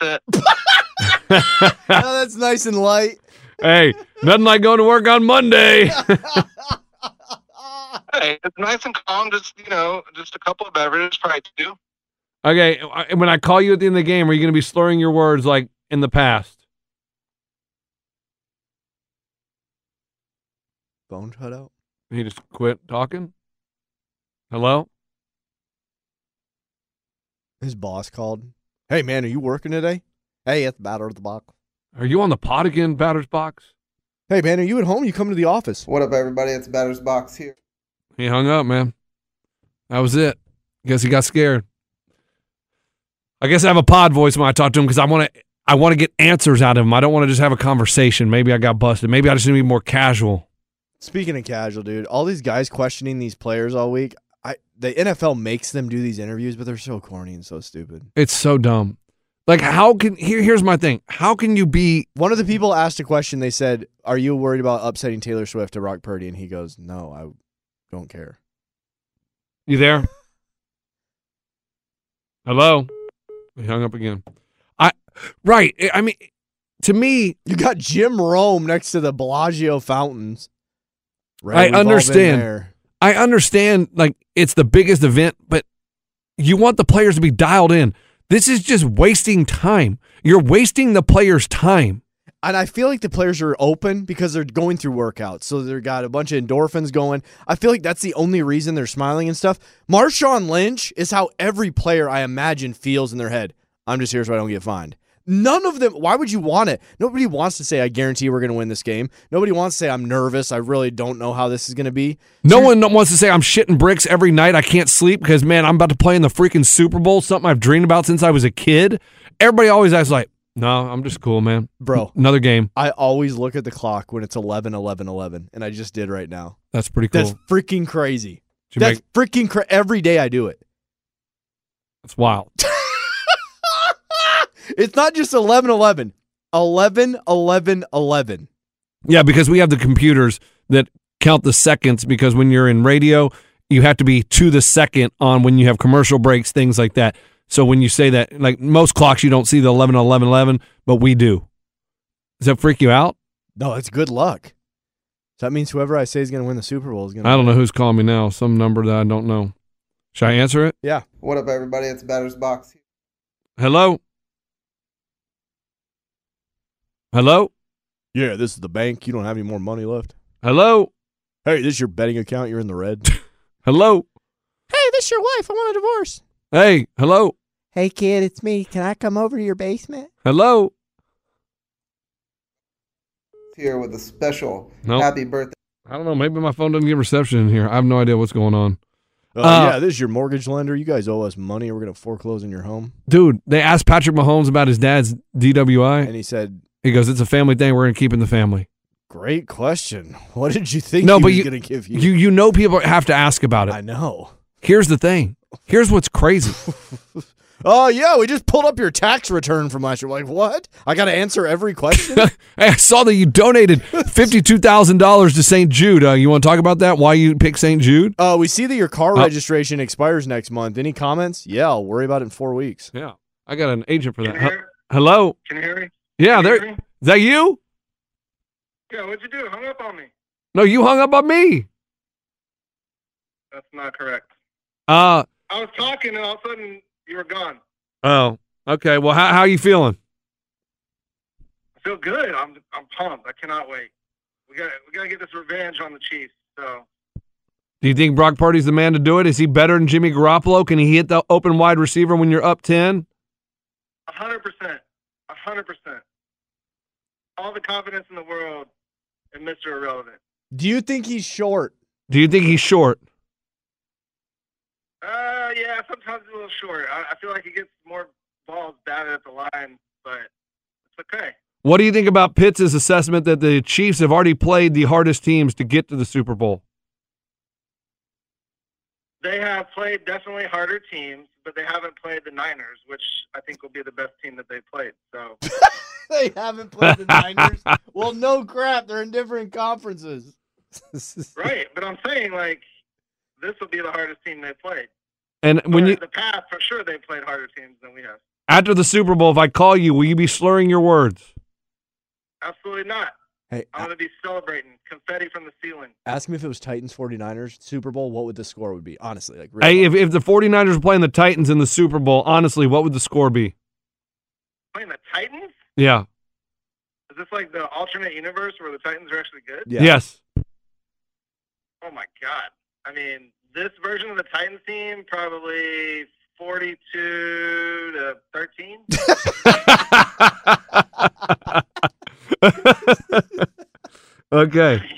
[SPEAKER 6] That's it.
[SPEAKER 3] Oh, that's nice and light.
[SPEAKER 4] Hey, nothing like going to work on Monday.
[SPEAKER 6] Hey, it's nice and calm. Just you know, just a couple of beverages, probably two.
[SPEAKER 4] okay, I- when I call you at the end of the game, are you going to be slurring your words like in the past?
[SPEAKER 3] Bone shut out.
[SPEAKER 4] He just quit talking. Hello.
[SPEAKER 3] His boss called. Hey man, are you working today? Hey, at the batter of the box.
[SPEAKER 4] Are you on the pot again, batter's box?
[SPEAKER 3] Hey man, are you at home? You come to the office.
[SPEAKER 6] What up, everybody? It's Batter's Box here.
[SPEAKER 4] He hung up, man. That was it. Guess he got scared. I guess I have a pod voice when I talk to him because I want to. I want to get answers out of him. I don't want to just have a conversation. Maybe I got busted. Maybe I just need to be more casual.
[SPEAKER 3] Speaking of casual, dude, all these guys questioning these players all week. I the NFL makes them do these interviews, but they're so corny and so stupid.
[SPEAKER 4] It's so dumb. Like how can here? Here's my thing. How can you be?
[SPEAKER 3] One of the people asked a question. They said, "Are you worried about upsetting Taylor Swift to Rock Purdy?" And he goes, "No, I don't care."
[SPEAKER 4] You there? Hello. He hung up again. I right. eh, I- I mean, to me,
[SPEAKER 3] You got Jim Rome next to the Bellagio fountains.
[SPEAKER 4] I
[SPEAKER 3] we've all been
[SPEAKER 4] understand.
[SPEAKER 3] there.
[SPEAKER 4] I understand like it's the biggest event, but you want the players to be dialed in. This is just wasting time. You're wasting the players' time.
[SPEAKER 3] And I feel like the players are open because they're going through workouts. So they've got a bunch of endorphins going. I feel like that's the only reason they're smiling and stuff. Marshawn Lynch is how every player I imagine feels in their head. I'm just here so I don't get fined. None of them, why would you want it? Nobody wants to say, I guarantee we're going to win this game. Nobody wants to say, I'm nervous. I really don't know how this is going to be.
[SPEAKER 4] No one wants to say I'm shitting bricks every night. I can't sleep because man, I'm about to play in the freaking Super Bowl, something I've dreamed about since I was a kid. Everybody always acts like, "No, I'm just cool, man."
[SPEAKER 3] Bro.
[SPEAKER 4] another game.
[SPEAKER 3] I always look at the clock when it's 11, 11, 11, and I just did right now.
[SPEAKER 4] That's pretty cool.
[SPEAKER 3] That's freaking crazy.
[SPEAKER 4] Did you
[SPEAKER 3] that's
[SPEAKER 4] make-
[SPEAKER 3] freaking cra Every day I do it.
[SPEAKER 4] that's wild.
[SPEAKER 3] It's not just 11 11. 11 11 11.
[SPEAKER 4] Yeah, because we have the computers that count the seconds because when you're in radio, you have to be to the second on when you have commercial breaks, things like that. So when you say that, like most clocks, you don't see the 11, 11, 11, but we do. Does that freak you out?
[SPEAKER 3] No, it's good luck. So that means whoever I say is going to win the Super Bowl is going to
[SPEAKER 4] I don't know who's calling me now. Some number that I don't know. Should I answer it?
[SPEAKER 3] Yeah.
[SPEAKER 8] What up, everybody? It's Batter's Box.
[SPEAKER 4] Hello? Hello?
[SPEAKER 3] Yeah, this is the bank. You don't have any more money left.
[SPEAKER 4] Hello?
[SPEAKER 3] Hey, this is your betting account. You're in the red.
[SPEAKER 4] Hello?
[SPEAKER 3] hey, this is your wife. I want a divorce.
[SPEAKER 4] Hey, hello?
[SPEAKER 7] Hey kid, it's me. Can I come over to your basement?
[SPEAKER 4] Hello?
[SPEAKER 8] Here with a special
[SPEAKER 4] Nope.
[SPEAKER 8] happy birthday.
[SPEAKER 4] I don't know. Maybe my phone doesn't get reception in here. I have no idea what's going on.
[SPEAKER 3] Uh,
[SPEAKER 4] Uh,
[SPEAKER 3] yeah, this is your mortgage lender. You guys owe us money. or We're going to foreclose on your home.
[SPEAKER 4] Dude, they asked Patrick Mahomes about his dad's DWI.
[SPEAKER 3] And he said,
[SPEAKER 4] He goes, "It's a family thing. We're gonna keep it in the family."
[SPEAKER 3] Great question. What did you think
[SPEAKER 4] No,
[SPEAKER 3] he
[SPEAKER 4] but
[SPEAKER 3] was
[SPEAKER 4] you-
[SPEAKER 3] going to give you?
[SPEAKER 4] You you know people have to ask about
[SPEAKER 3] I
[SPEAKER 4] it.
[SPEAKER 3] know.
[SPEAKER 4] Here's the thing. Here's what's crazy.
[SPEAKER 3] Oh, yeah, we just pulled up your tax return from last year. Like, what? I got to answer every question?
[SPEAKER 4] Hey, I saw that you donated fifty two thousand dollars to St. Jude. Uh, you want to talk about that? Why you pick St. Jude?
[SPEAKER 3] uh, we see that your car
[SPEAKER 4] Uh,
[SPEAKER 3] registration expires next month. Any comments? Yeah, I'll worry about it in four weeks.
[SPEAKER 4] Yeah, I got an agent for
[SPEAKER 6] Can
[SPEAKER 4] that.
[SPEAKER 6] you
[SPEAKER 4] He-
[SPEAKER 6] hear?
[SPEAKER 4] Hello.
[SPEAKER 6] Can you hear me?
[SPEAKER 4] Yeah,
[SPEAKER 6] Can you
[SPEAKER 4] there.
[SPEAKER 6] hear
[SPEAKER 4] Is
[SPEAKER 6] me?
[SPEAKER 4] that you?
[SPEAKER 6] Yeah, what'd you do? Hung up on me.
[SPEAKER 4] No, you hung up on me.
[SPEAKER 6] That's not correct.
[SPEAKER 4] Uh
[SPEAKER 6] I was talking and all of a sudden you were gone.
[SPEAKER 4] oh. Okay. Well, how how you feeling?
[SPEAKER 6] I feel good. I'm I'm pumped. I cannot wait. We got we got to get this revenge on the Chiefs. So
[SPEAKER 4] Do you think Brock Purdy's the man to do it? Is he better than Jimmy Garoppolo? Can he hit the open wide receiver when you're up ten?
[SPEAKER 6] a hundred percent, a hundred percent. All the confidence in the world in Mr. Irrelevant.
[SPEAKER 3] Do you think he's short?
[SPEAKER 4] Do you think he's short?
[SPEAKER 6] Uh, yeah, sometimes it's a little short. I, I feel like he gets more balls batted at the line, but it's okay.
[SPEAKER 4] What do you think about Pitts' assessment that the Chiefs have already played the hardest teams to get to the Super Bowl?
[SPEAKER 6] They have played definitely harder teams, but they haven't played the Niners, which I think will be the best team that they played. So
[SPEAKER 3] They haven't played the Niners. Well, no crap. They're in different conferences.
[SPEAKER 6] right, but I'm saying like this will be the hardest team they played.
[SPEAKER 4] And when
[SPEAKER 6] But
[SPEAKER 4] you
[SPEAKER 6] in the past, for sure, they played harder teams than we have.
[SPEAKER 4] after the Super Bowl, if I call you, will you be slurring your words?
[SPEAKER 6] Absolutely not.
[SPEAKER 3] Hey, uh,
[SPEAKER 6] I'm gonna be celebrating confetti from the ceiling.
[SPEAKER 3] ask me if it was Titans 49ers Super Bowl, what would the score would be? Honestly, like,
[SPEAKER 4] Hey,
[SPEAKER 3] real
[SPEAKER 4] if, if the 49ers were playing the Titans in the Super Bowl, honestly, what would the score be?
[SPEAKER 6] Playing the Titans?
[SPEAKER 4] Yeah.
[SPEAKER 6] Is this like the alternate universe where the Titans are actually good?
[SPEAKER 3] Yeah.
[SPEAKER 4] Yes.
[SPEAKER 6] Oh my god! I mean, this version of the Titans team probably forty-two to thirteen.
[SPEAKER 4] okay.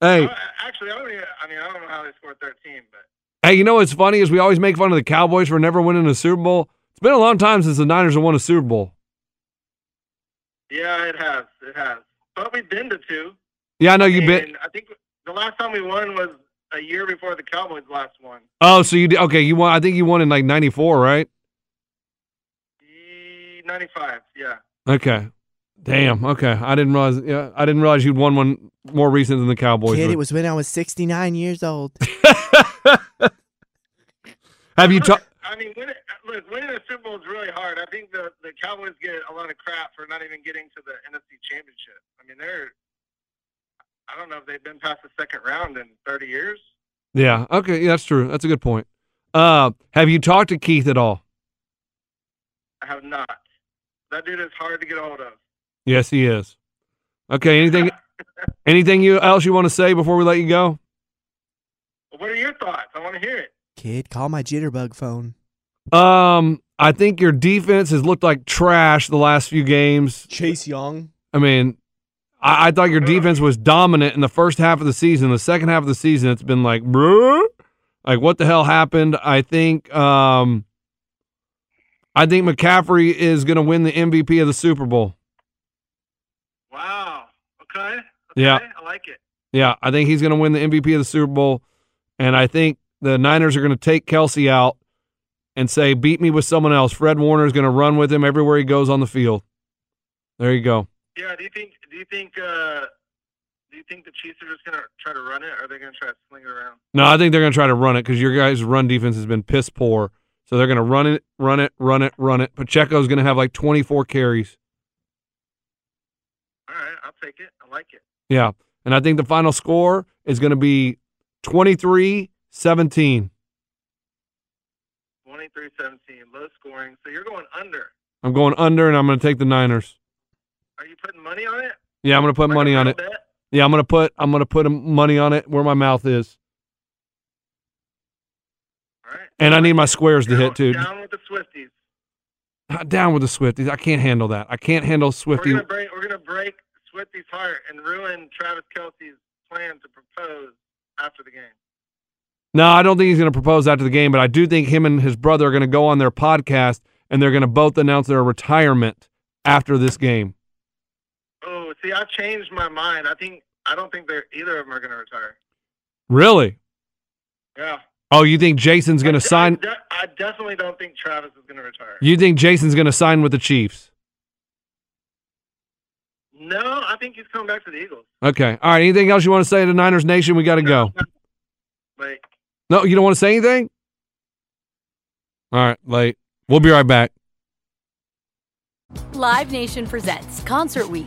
[SPEAKER 4] Hey,
[SPEAKER 6] Uh, actually, I don't. Even, I mean, I don't know how they scored thirteen, but
[SPEAKER 4] hey, you know what's funny is we always make fun of the Cowboys for never winning a Super Bowl. It's been a long time since the Niners have won a Super Bowl.
[SPEAKER 6] yeah, it has. It has. But we've been to two.
[SPEAKER 4] Yeah, I know you've been.
[SPEAKER 6] and I think the last time we won was a year before the Cowboys last won.
[SPEAKER 4] Oh, so you did. Okay, you won. I think you won in like '94, right?
[SPEAKER 6] E- Ninety-five. Yeah.
[SPEAKER 4] Okay. Damn. Okay, I didn't realize. Yeah, I didn't realize you'd won one more recent than the Cowboys.
[SPEAKER 7] Kid,
[SPEAKER 4] would.
[SPEAKER 7] it was when I was 69 years old.
[SPEAKER 4] Have you talked?
[SPEAKER 6] I mean, win, look, winning a Super Bowl is really hard. I think the the Cowboys get a lot of crap for not even getting to the NFC Championship. I mean, they're I don't know if they've been past the second round in 30 years.
[SPEAKER 4] Yeah. Okay. Yeah, that's true. That's a good point. Uh, have you talked to Keith at all?
[SPEAKER 6] I have not. That dude is hard to get a hold of.
[SPEAKER 4] Yes, he is. Okay. Anything? anything you else you want to say before we let you go?
[SPEAKER 6] What are your thoughts? I want to hear it.
[SPEAKER 7] Kid, call my jitterbug phone.
[SPEAKER 4] Um, I think your defense has looked like trash the last few games.
[SPEAKER 3] Chase Young.
[SPEAKER 4] I mean, I, I thought your defense was dominant in the first half of the season. The second half of the season, it's been like, bruh, like what the hell happened? I think, um, I think McCaffrey is going to win the MVP of the Super Bowl.
[SPEAKER 6] Wow. Okay. okay.
[SPEAKER 4] Yeah.
[SPEAKER 6] I like it.
[SPEAKER 4] Yeah, I think he's going to win the MVP of the Super Bowl, and I think the Niners are going to take Kelsey out, and say, beat me with someone else. Fred Warner's going to run with him everywhere he goes on the field. There you go.
[SPEAKER 6] Yeah. Do you think? Do you think? Uh, do you think the Chiefs are just gonna try to run it? Or are they gonna try to sling it around?
[SPEAKER 4] No, I think they're going to try to run it because your guys' run defense has been piss poor. So they're going to run it, run it, run it, run it. Pacheco's going to have like 24 carries.
[SPEAKER 6] All right, I'll take it. I like it.
[SPEAKER 4] Yeah. And I think the final score is going to be 23 17.
[SPEAKER 6] 23-17, low scoring. So you're going under.
[SPEAKER 4] I'm going under and I'm going to take the Niners.
[SPEAKER 6] Are you putting money on it?
[SPEAKER 4] Yeah, I'm going to put
[SPEAKER 6] Like a
[SPEAKER 4] money on
[SPEAKER 6] real
[SPEAKER 4] it.
[SPEAKER 6] bet?
[SPEAKER 4] Yeah, I'm going to put I'm going to put money on it where my mouth is.
[SPEAKER 6] All right.
[SPEAKER 4] And I need my squares to hit too.
[SPEAKER 6] Down with the Swifties.
[SPEAKER 4] Down with the Swifties. I can't handle that. I can't handle
[SPEAKER 6] We're
[SPEAKER 4] Swifty.
[SPEAKER 6] gonna break. We're gonna break Swifty's heart and ruin Travis Kelsey's plan to propose after the game.
[SPEAKER 4] No, I don't think he's going to propose after the game, but I do think him and his brother are going to go on their podcast and they're going to both announce their retirement after this game.
[SPEAKER 6] Oh, see, I changed my mind. I think I don't think they're either of them are gonna retire.
[SPEAKER 4] Really?
[SPEAKER 6] Yeah.
[SPEAKER 4] Oh, you think Jason's going
[SPEAKER 6] I
[SPEAKER 4] to
[SPEAKER 6] de-
[SPEAKER 4] sign
[SPEAKER 6] I, de- I definitely don't think Travis is gonna retire.
[SPEAKER 4] You think Jason's going to sign with the Chiefs?
[SPEAKER 6] no, I think he's coming back to the Eagles.
[SPEAKER 4] Okay. All right, anything else you want to say to Niners Nation? We got to go.
[SPEAKER 6] Like,
[SPEAKER 4] No, you don't want to say anything? All right, late. We'll be right back.
[SPEAKER 1] Live Nation presents Concert Week.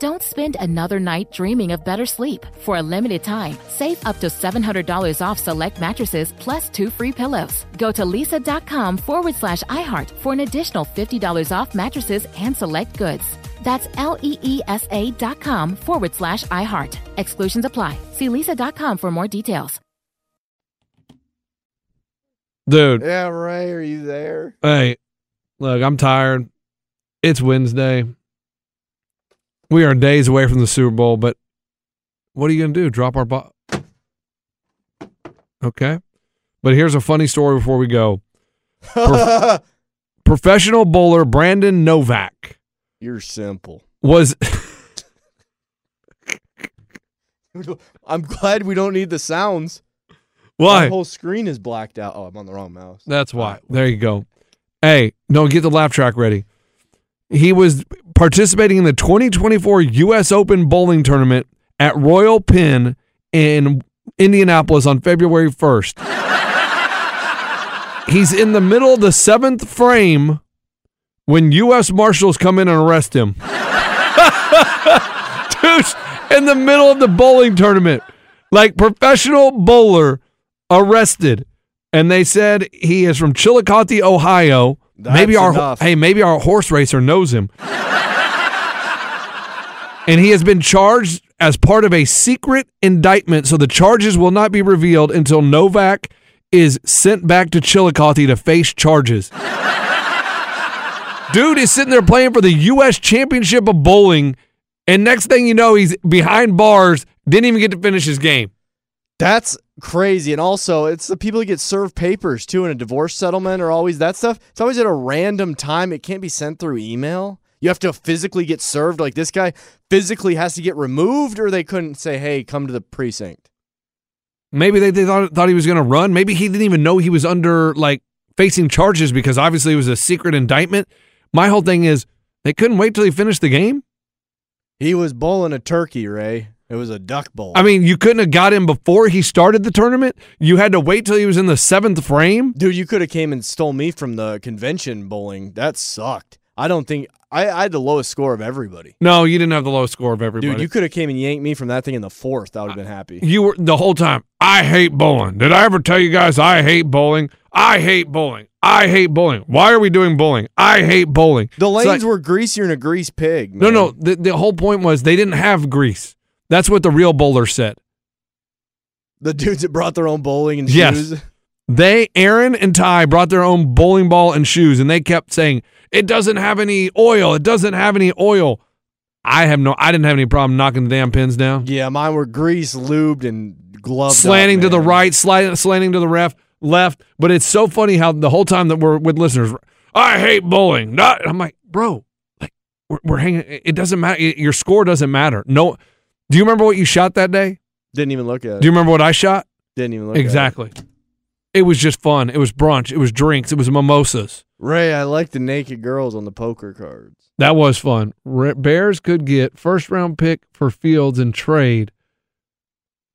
[SPEAKER 9] Don't spend another night dreaming of better sleep. For a limited time, save up to $700 off select mattresses plus two free pillows. Go to lisa.com forward slash iHeart for an additional $50 off mattresses and select goods. That's L E E S A dot com forward slash iHeart. Exclusions apply. See lisa.com for more details.
[SPEAKER 4] Dude,
[SPEAKER 3] Yeah, Ray, are you there?
[SPEAKER 4] hey, look, I'm tired. It's Wednesday. We are days away from the Super Bowl, but what are you going to do? Drop our ball? Okay. But here's a funny story before we go. Perf- professional bowler Brandon Novak
[SPEAKER 3] You're simple.
[SPEAKER 4] was
[SPEAKER 3] I'm glad we don't need the sounds.
[SPEAKER 4] why?
[SPEAKER 3] My whole screen is blacked out. Oh, I'm on the wrong mouse.
[SPEAKER 4] That's why.
[SPEAKER 3] All right.
[SPEAKER 4] There you go. Hey, no, get the laugh track ready. He was participating in the 2024 U.S. Open bowling tournament at Royal Pin in Indianapolis on February 1st. He's in the middle of the seventh frame when U.S. Marshals come in and arrest him. Dude, in the middle of the bowling tournament, like professional bowler arrested, and they said he is from Chillicothe, Ohio. maybe
[SPEAKER 3] That's
[SPEAKER 4] our
[SPEAKER 3] enough.
[SPEAKER 4] hey, maybe our horse racer knows him, and he has been charged as part of a secret indictment. So the charges will not be revealed until Novak is sent back to Chillicothe to face charges. Dude is sitting there playing for the U.S. Championship of Bowling And next thing you know, he's behind bars, didn't even get to finish his game.
[SPEAKER 3] That's crazy. And also, it's the people who get served papers too in a divorce settlement or always that stuff. It's always at a random time. It can't be sent through email. You have to physically get served. Like this guy physically has to get removed, or they couldn't say, hey, come to the precinct.
[SPEAKER 4] Maybe they, they thought, thought he was going to run. Maybe he didn't even know he was under like facing charges because obviously it was a secret indictment. My whole thing is they couldn't wait till he finished the game.
[SPEAKER 3] He was bowling a turkey, Ray. It was a duck bowl.
[SPEAKER 4] I mean, you couldn't have got him before he started the tournament. You had to wait till he was in the seventh frame.
[SPEAKER 3] Dude, you could have came and stole me from the convention bowling. That sucked. I don't think I, I had the lowest score of everybody.
[SPEAKER 4] No, you didn't have the lowest score of everybody.
[SPEAKER 3] Dude, you could have came and yanked me from that thing in the fourth. I would have been happy.
[SPEAKER 4] You were the whole time. I hate bowling. Did I ever tell you guys I hate bowling? I hate bowling. I hate bowling. Why are we doing bowling? I hate bowling.
[SPEAKER 3] The
[SPEAKER 4] It's
[SPEAKER 3] lanes
[SPEAKER 4] like-
[SPEAKER 3] were greasier than a grease pig.
[SPEAKER 4] no,
[SPEAKER 3] man.
[SPEAKER 4] no. The, the whole point was they didn't have grease. That's what the real bowler said.
[SPEAKER 3] The dudes that brought their own bowling and
[SPEAKER 4] Yes.
[SPEAKER 3] shoes.
[SPEAKER 4] They, Aaron and Ty, brought their own bowling ball and shoes, and they kept saying it doesn't have any oil. It doesn't have any oil. I have no. I didn't have any problem knocking the damn pins down.
[SPEAKER 3] Yeah, mine were grease, lubed, and gloved.
[SPEAKER 4] slanting
[SPEAKER 3] up,
[SPEAKER 4] to the
[SPEAKER 3] man.
[SPEAKER 4] right, sliding, slanting to the ref, left. But it's so funny how the whole time that we're with listeners, I hate bowling. Not, I'm like, bro, like we're, we're hanging. It doesn't matter. It- your score doesn't matter. No, do you remember what you shot that day?
[SPEAKER 3] Didn't even look at
[SPEAKER 4] Do
[SPEAKER 3] it.
[SPEAKER 4] you remember what I shot?
[SPEAKER 3] Didn't even look at it.
[SPEAKER 4] exactly. It was just fun. It was brunch. It was drinks. It was mimosas.
[SPEAKER 3] Ray, I like the naked girls on the poker cards.
[SPEAKER 4] That was fun. Re- Bears could get first round pick for Fields and trade.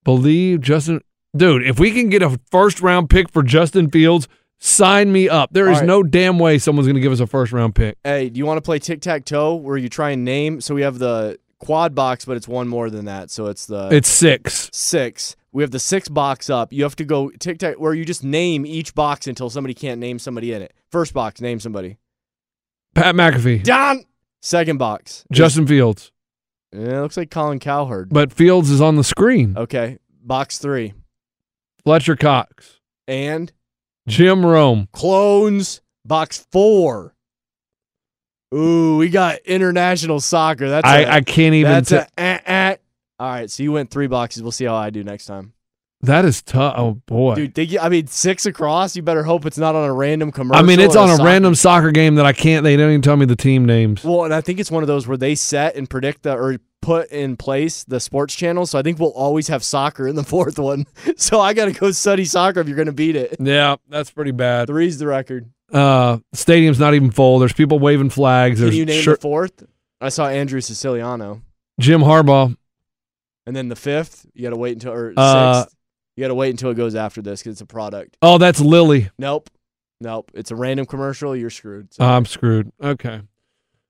[SPEAKER 4] Believe Justin, dude. If we can get a first round pick for Justin Fields, sign me up. There is
[SPEAKER 3] All right.
[SPEAKER 4] no damn way someone's going to give us a first round pick.
[SPEAKER 3] Hey, do you want to play tic tac toe where you try and name? So we have the quad box, but it's one more than that. So it's the
[SPEAKER 4] It's six.
[SPEAKER 3] six. We have the six box up. You have to go tic tac where you just name each box until somebody can't name somebody in it. First box, name somebody.
[SPEAKER 4] Pat McAfee,
[SPEAKER 3] Don. Second box.
[SPEAKER 4] Justin Fields,
[SPEAKER 3] Yeah, it looks like Colin Cowherd.
[SPEAKER 4] but Fields is on the screen.
[SPEAKER 3] Okay, box three
[SPEAKER 4] Fletcher Cox,
[SPEAKER 3] and
[SPEAKER 4] Jim Rome.
[SPEAKER 3] clones. Box four. Ooh, we got international soccer. That's
[SPEAKER 4] I
[SPEAKER 3] a-
[SPEAKER 4] I can't even.
[SPEAKER 3] That's
[SPEAKER 4] T-
[SPEAKER 3] a, eh, eh. All right, so you went three boxes. We'll see how I do next time,
[SPEAKER 4] that is tough. Oh boy.
[SPEAKER 3] dude. They, gi- I mean, six across. You better hope it's not on a random commercial.
[SPEAKER 4] I mean, it's
[SPEAKER 3] or
[SPEAKER 4] on a
[SPEAKER 3] soccer-
[SPEAKER 4] random soccer game that I can't. They don't even tell me the team names.
[SPEAKER 3] Well, and I think it's one of those where they set and predict the or put in place the sports channel. So I think we'll always have soccer in the fourth one. So I got to go study soccer if you're going to beat it.
[SPEAKER 4] Yeah, that's pretty bad.
[SPEAKER 3] Three's the record.
[SPEAKER 4] uh stadium's not even full. There's people waving flags.
[SPEAKER 3] Can
[SPEAKER 4] There's
[SPEAKER 3] you name
[SPEAKER 4] shir-
[SPEAKER 3] the fourth? I saw Andrew Siciliano,
[SPEAKER 4] Jim Harbaugh.
[SPEAKER 3] and then the fifth. You got to wait until or
[SPEAKER 4] Uh,
[SPEAKER 3] sixth. You got to wait until it goes after this because it's a product.
[SPEAKER 4] Oh, that's Lily.
[SPEAKER 3] Nope. Nope. It's a random commercial. You're screwed. So-
[SPEAKER 4] Oh, I'm screwed. Okay.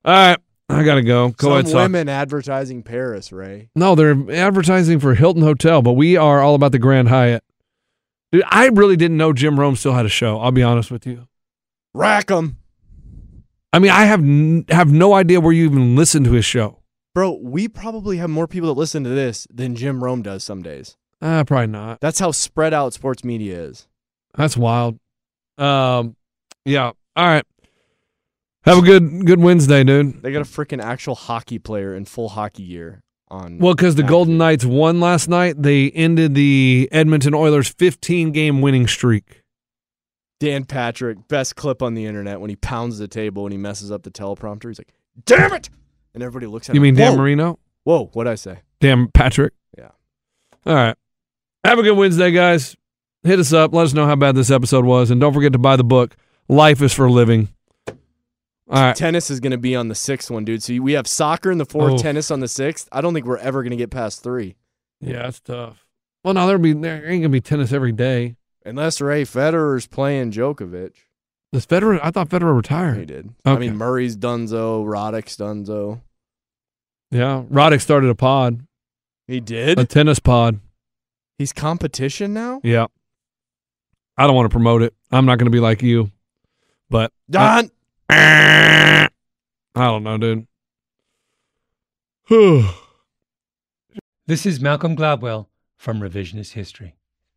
[SPEAKER 4] All right. I gotta go. Go ahead.
[SPEAKER 3] Some women advertising Paris, Ray.
[SPEAKER 4] No, they're advertising for Hilton Hotel, but we are all about the Grand Hyatt. Dude, I really didn't know Jim Rome still had a show. I'll be honest with you.
[SPEAKER 3] Rack 'em.
[SPEAKER 4] I mean, I have n- have no idea where you even listen to his show.
[SPEAKER 3] Bro, we probably have more people that listen to this than Jim Rome does some days.
[SPEAKER 4] Uh, probably not.
[SPEAKER 3] That's how spread out sports media is.
[SPEAKER 4] That's wild. Um, yeah. All right. Have a good good Wednesday, dude.
[SPEAKER 3] They got a freaking actual hockey player in full hockey gear on.
[SPEAKER 4] Well, because the
[SPEAKER 3] active.
[SPEAKER 4] Golden Knights won last night, they ended the Edmonton Oilers' 15 game winning streak.
[SPEAKER 3] Dan Patrick, best clip on the internet when he pounds the table and he messes up the teleprompter. He's like, damn it! And everybody looks at
[SPEAKER 4] You
[SPEAKER 3] him.
[SPEAKER 4] mean Dan
[SPEAKER 3] "Whoa."
[SPEAKER 4] Marino?
[SPEAKER 3] Whoa, what'd I say?
[SPEAKER 4] Dan Patrick?
[SPEAKER 3] Yeah.
[SPEAKER 4] All right. Have a good Wednesday, guys. Hit us up. Let us know how bad this episode was. And don't forget to buy the book, Life is for Living. All right.
[SPEAKER 3] Tennis is going to be on the sixth one, dude. So we have soccer in the fourth,
[SPEAKER 4] Oh.
[SPEAKER 3] tennis on the sixth. I don't think we're ever going to get past three.
[SPEAKER 4] Yeah, that's tough. Well, no, there'll be, there ain't going to be tennis every day.
[SPEAKER 3] Unless Ray Federer's playing Djokovic.
[SPEAKER 4] Does Federer, I thought Federer
[SPEAKER 3] He
[SPEAKER 4] retired.
[SPEAKER 3] did. I
[SPEAKER 4] Okay.
[SPEAKER 3] mean, Murray's Dunzo, Roddick's Dunzo.
[SPEAKER 4] Yeah. Roddick started a pod,
[SPEAKER 3] He did?
[SPEAKER 4] a tennis pod.
[SPEAKER 3] He's competition now?
[SPEAKER 4] Yeah. I don't want to promote it. I'm not going to be like you, but I,
[SPEAKER 3] Don!
[SPEAKER 4] I don't know, dude.
[SPEAKER 10] This is Malcolm Gladwell from Revisionist History.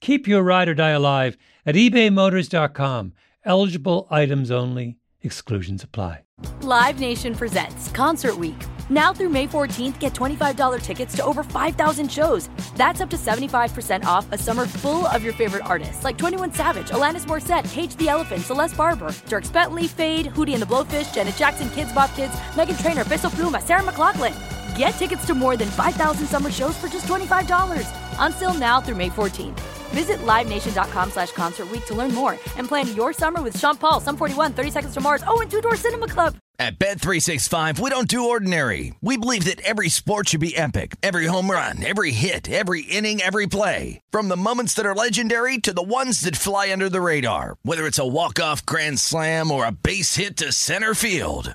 [SPEAKER 10] Keep your ride or die alive at ebaymotors.com. Eligible items only, exclusions apply.
[SPEAKER 1] Live Nation presents Concert Week. Now through May 14th, get $25 tickets to over 5,000 shows. That's up to 75% off a summer full of your favorite artists like 21 Savage, Alanis Morissette, Cage the Elephant, Celeste Barber, Dirk Bentley, Fade, Hootie and the Blowfish, Janet Jackson, Kids Bop Kids, Megan Trainor, Bissell Pluma, Sarah McLaughlin. Get tickets to more than 5,000 summer shows for just $25. Until now through May 14th. Visit LiveNation.com slash Concert Week to learn more and plan your summer with Sean Paul, Sum 41, 30 Seconds to Mars, oh, and Two Door Cinema Club.
[SPEAKER 11] At Bet365, we don't do ordinary. We believe that every sport should be epic. Every home run, every hit, every inning, every play. From the moments that are legendary to the ones that fly under the radar. Whether it's a walk-off grand slam or a base hit to center field.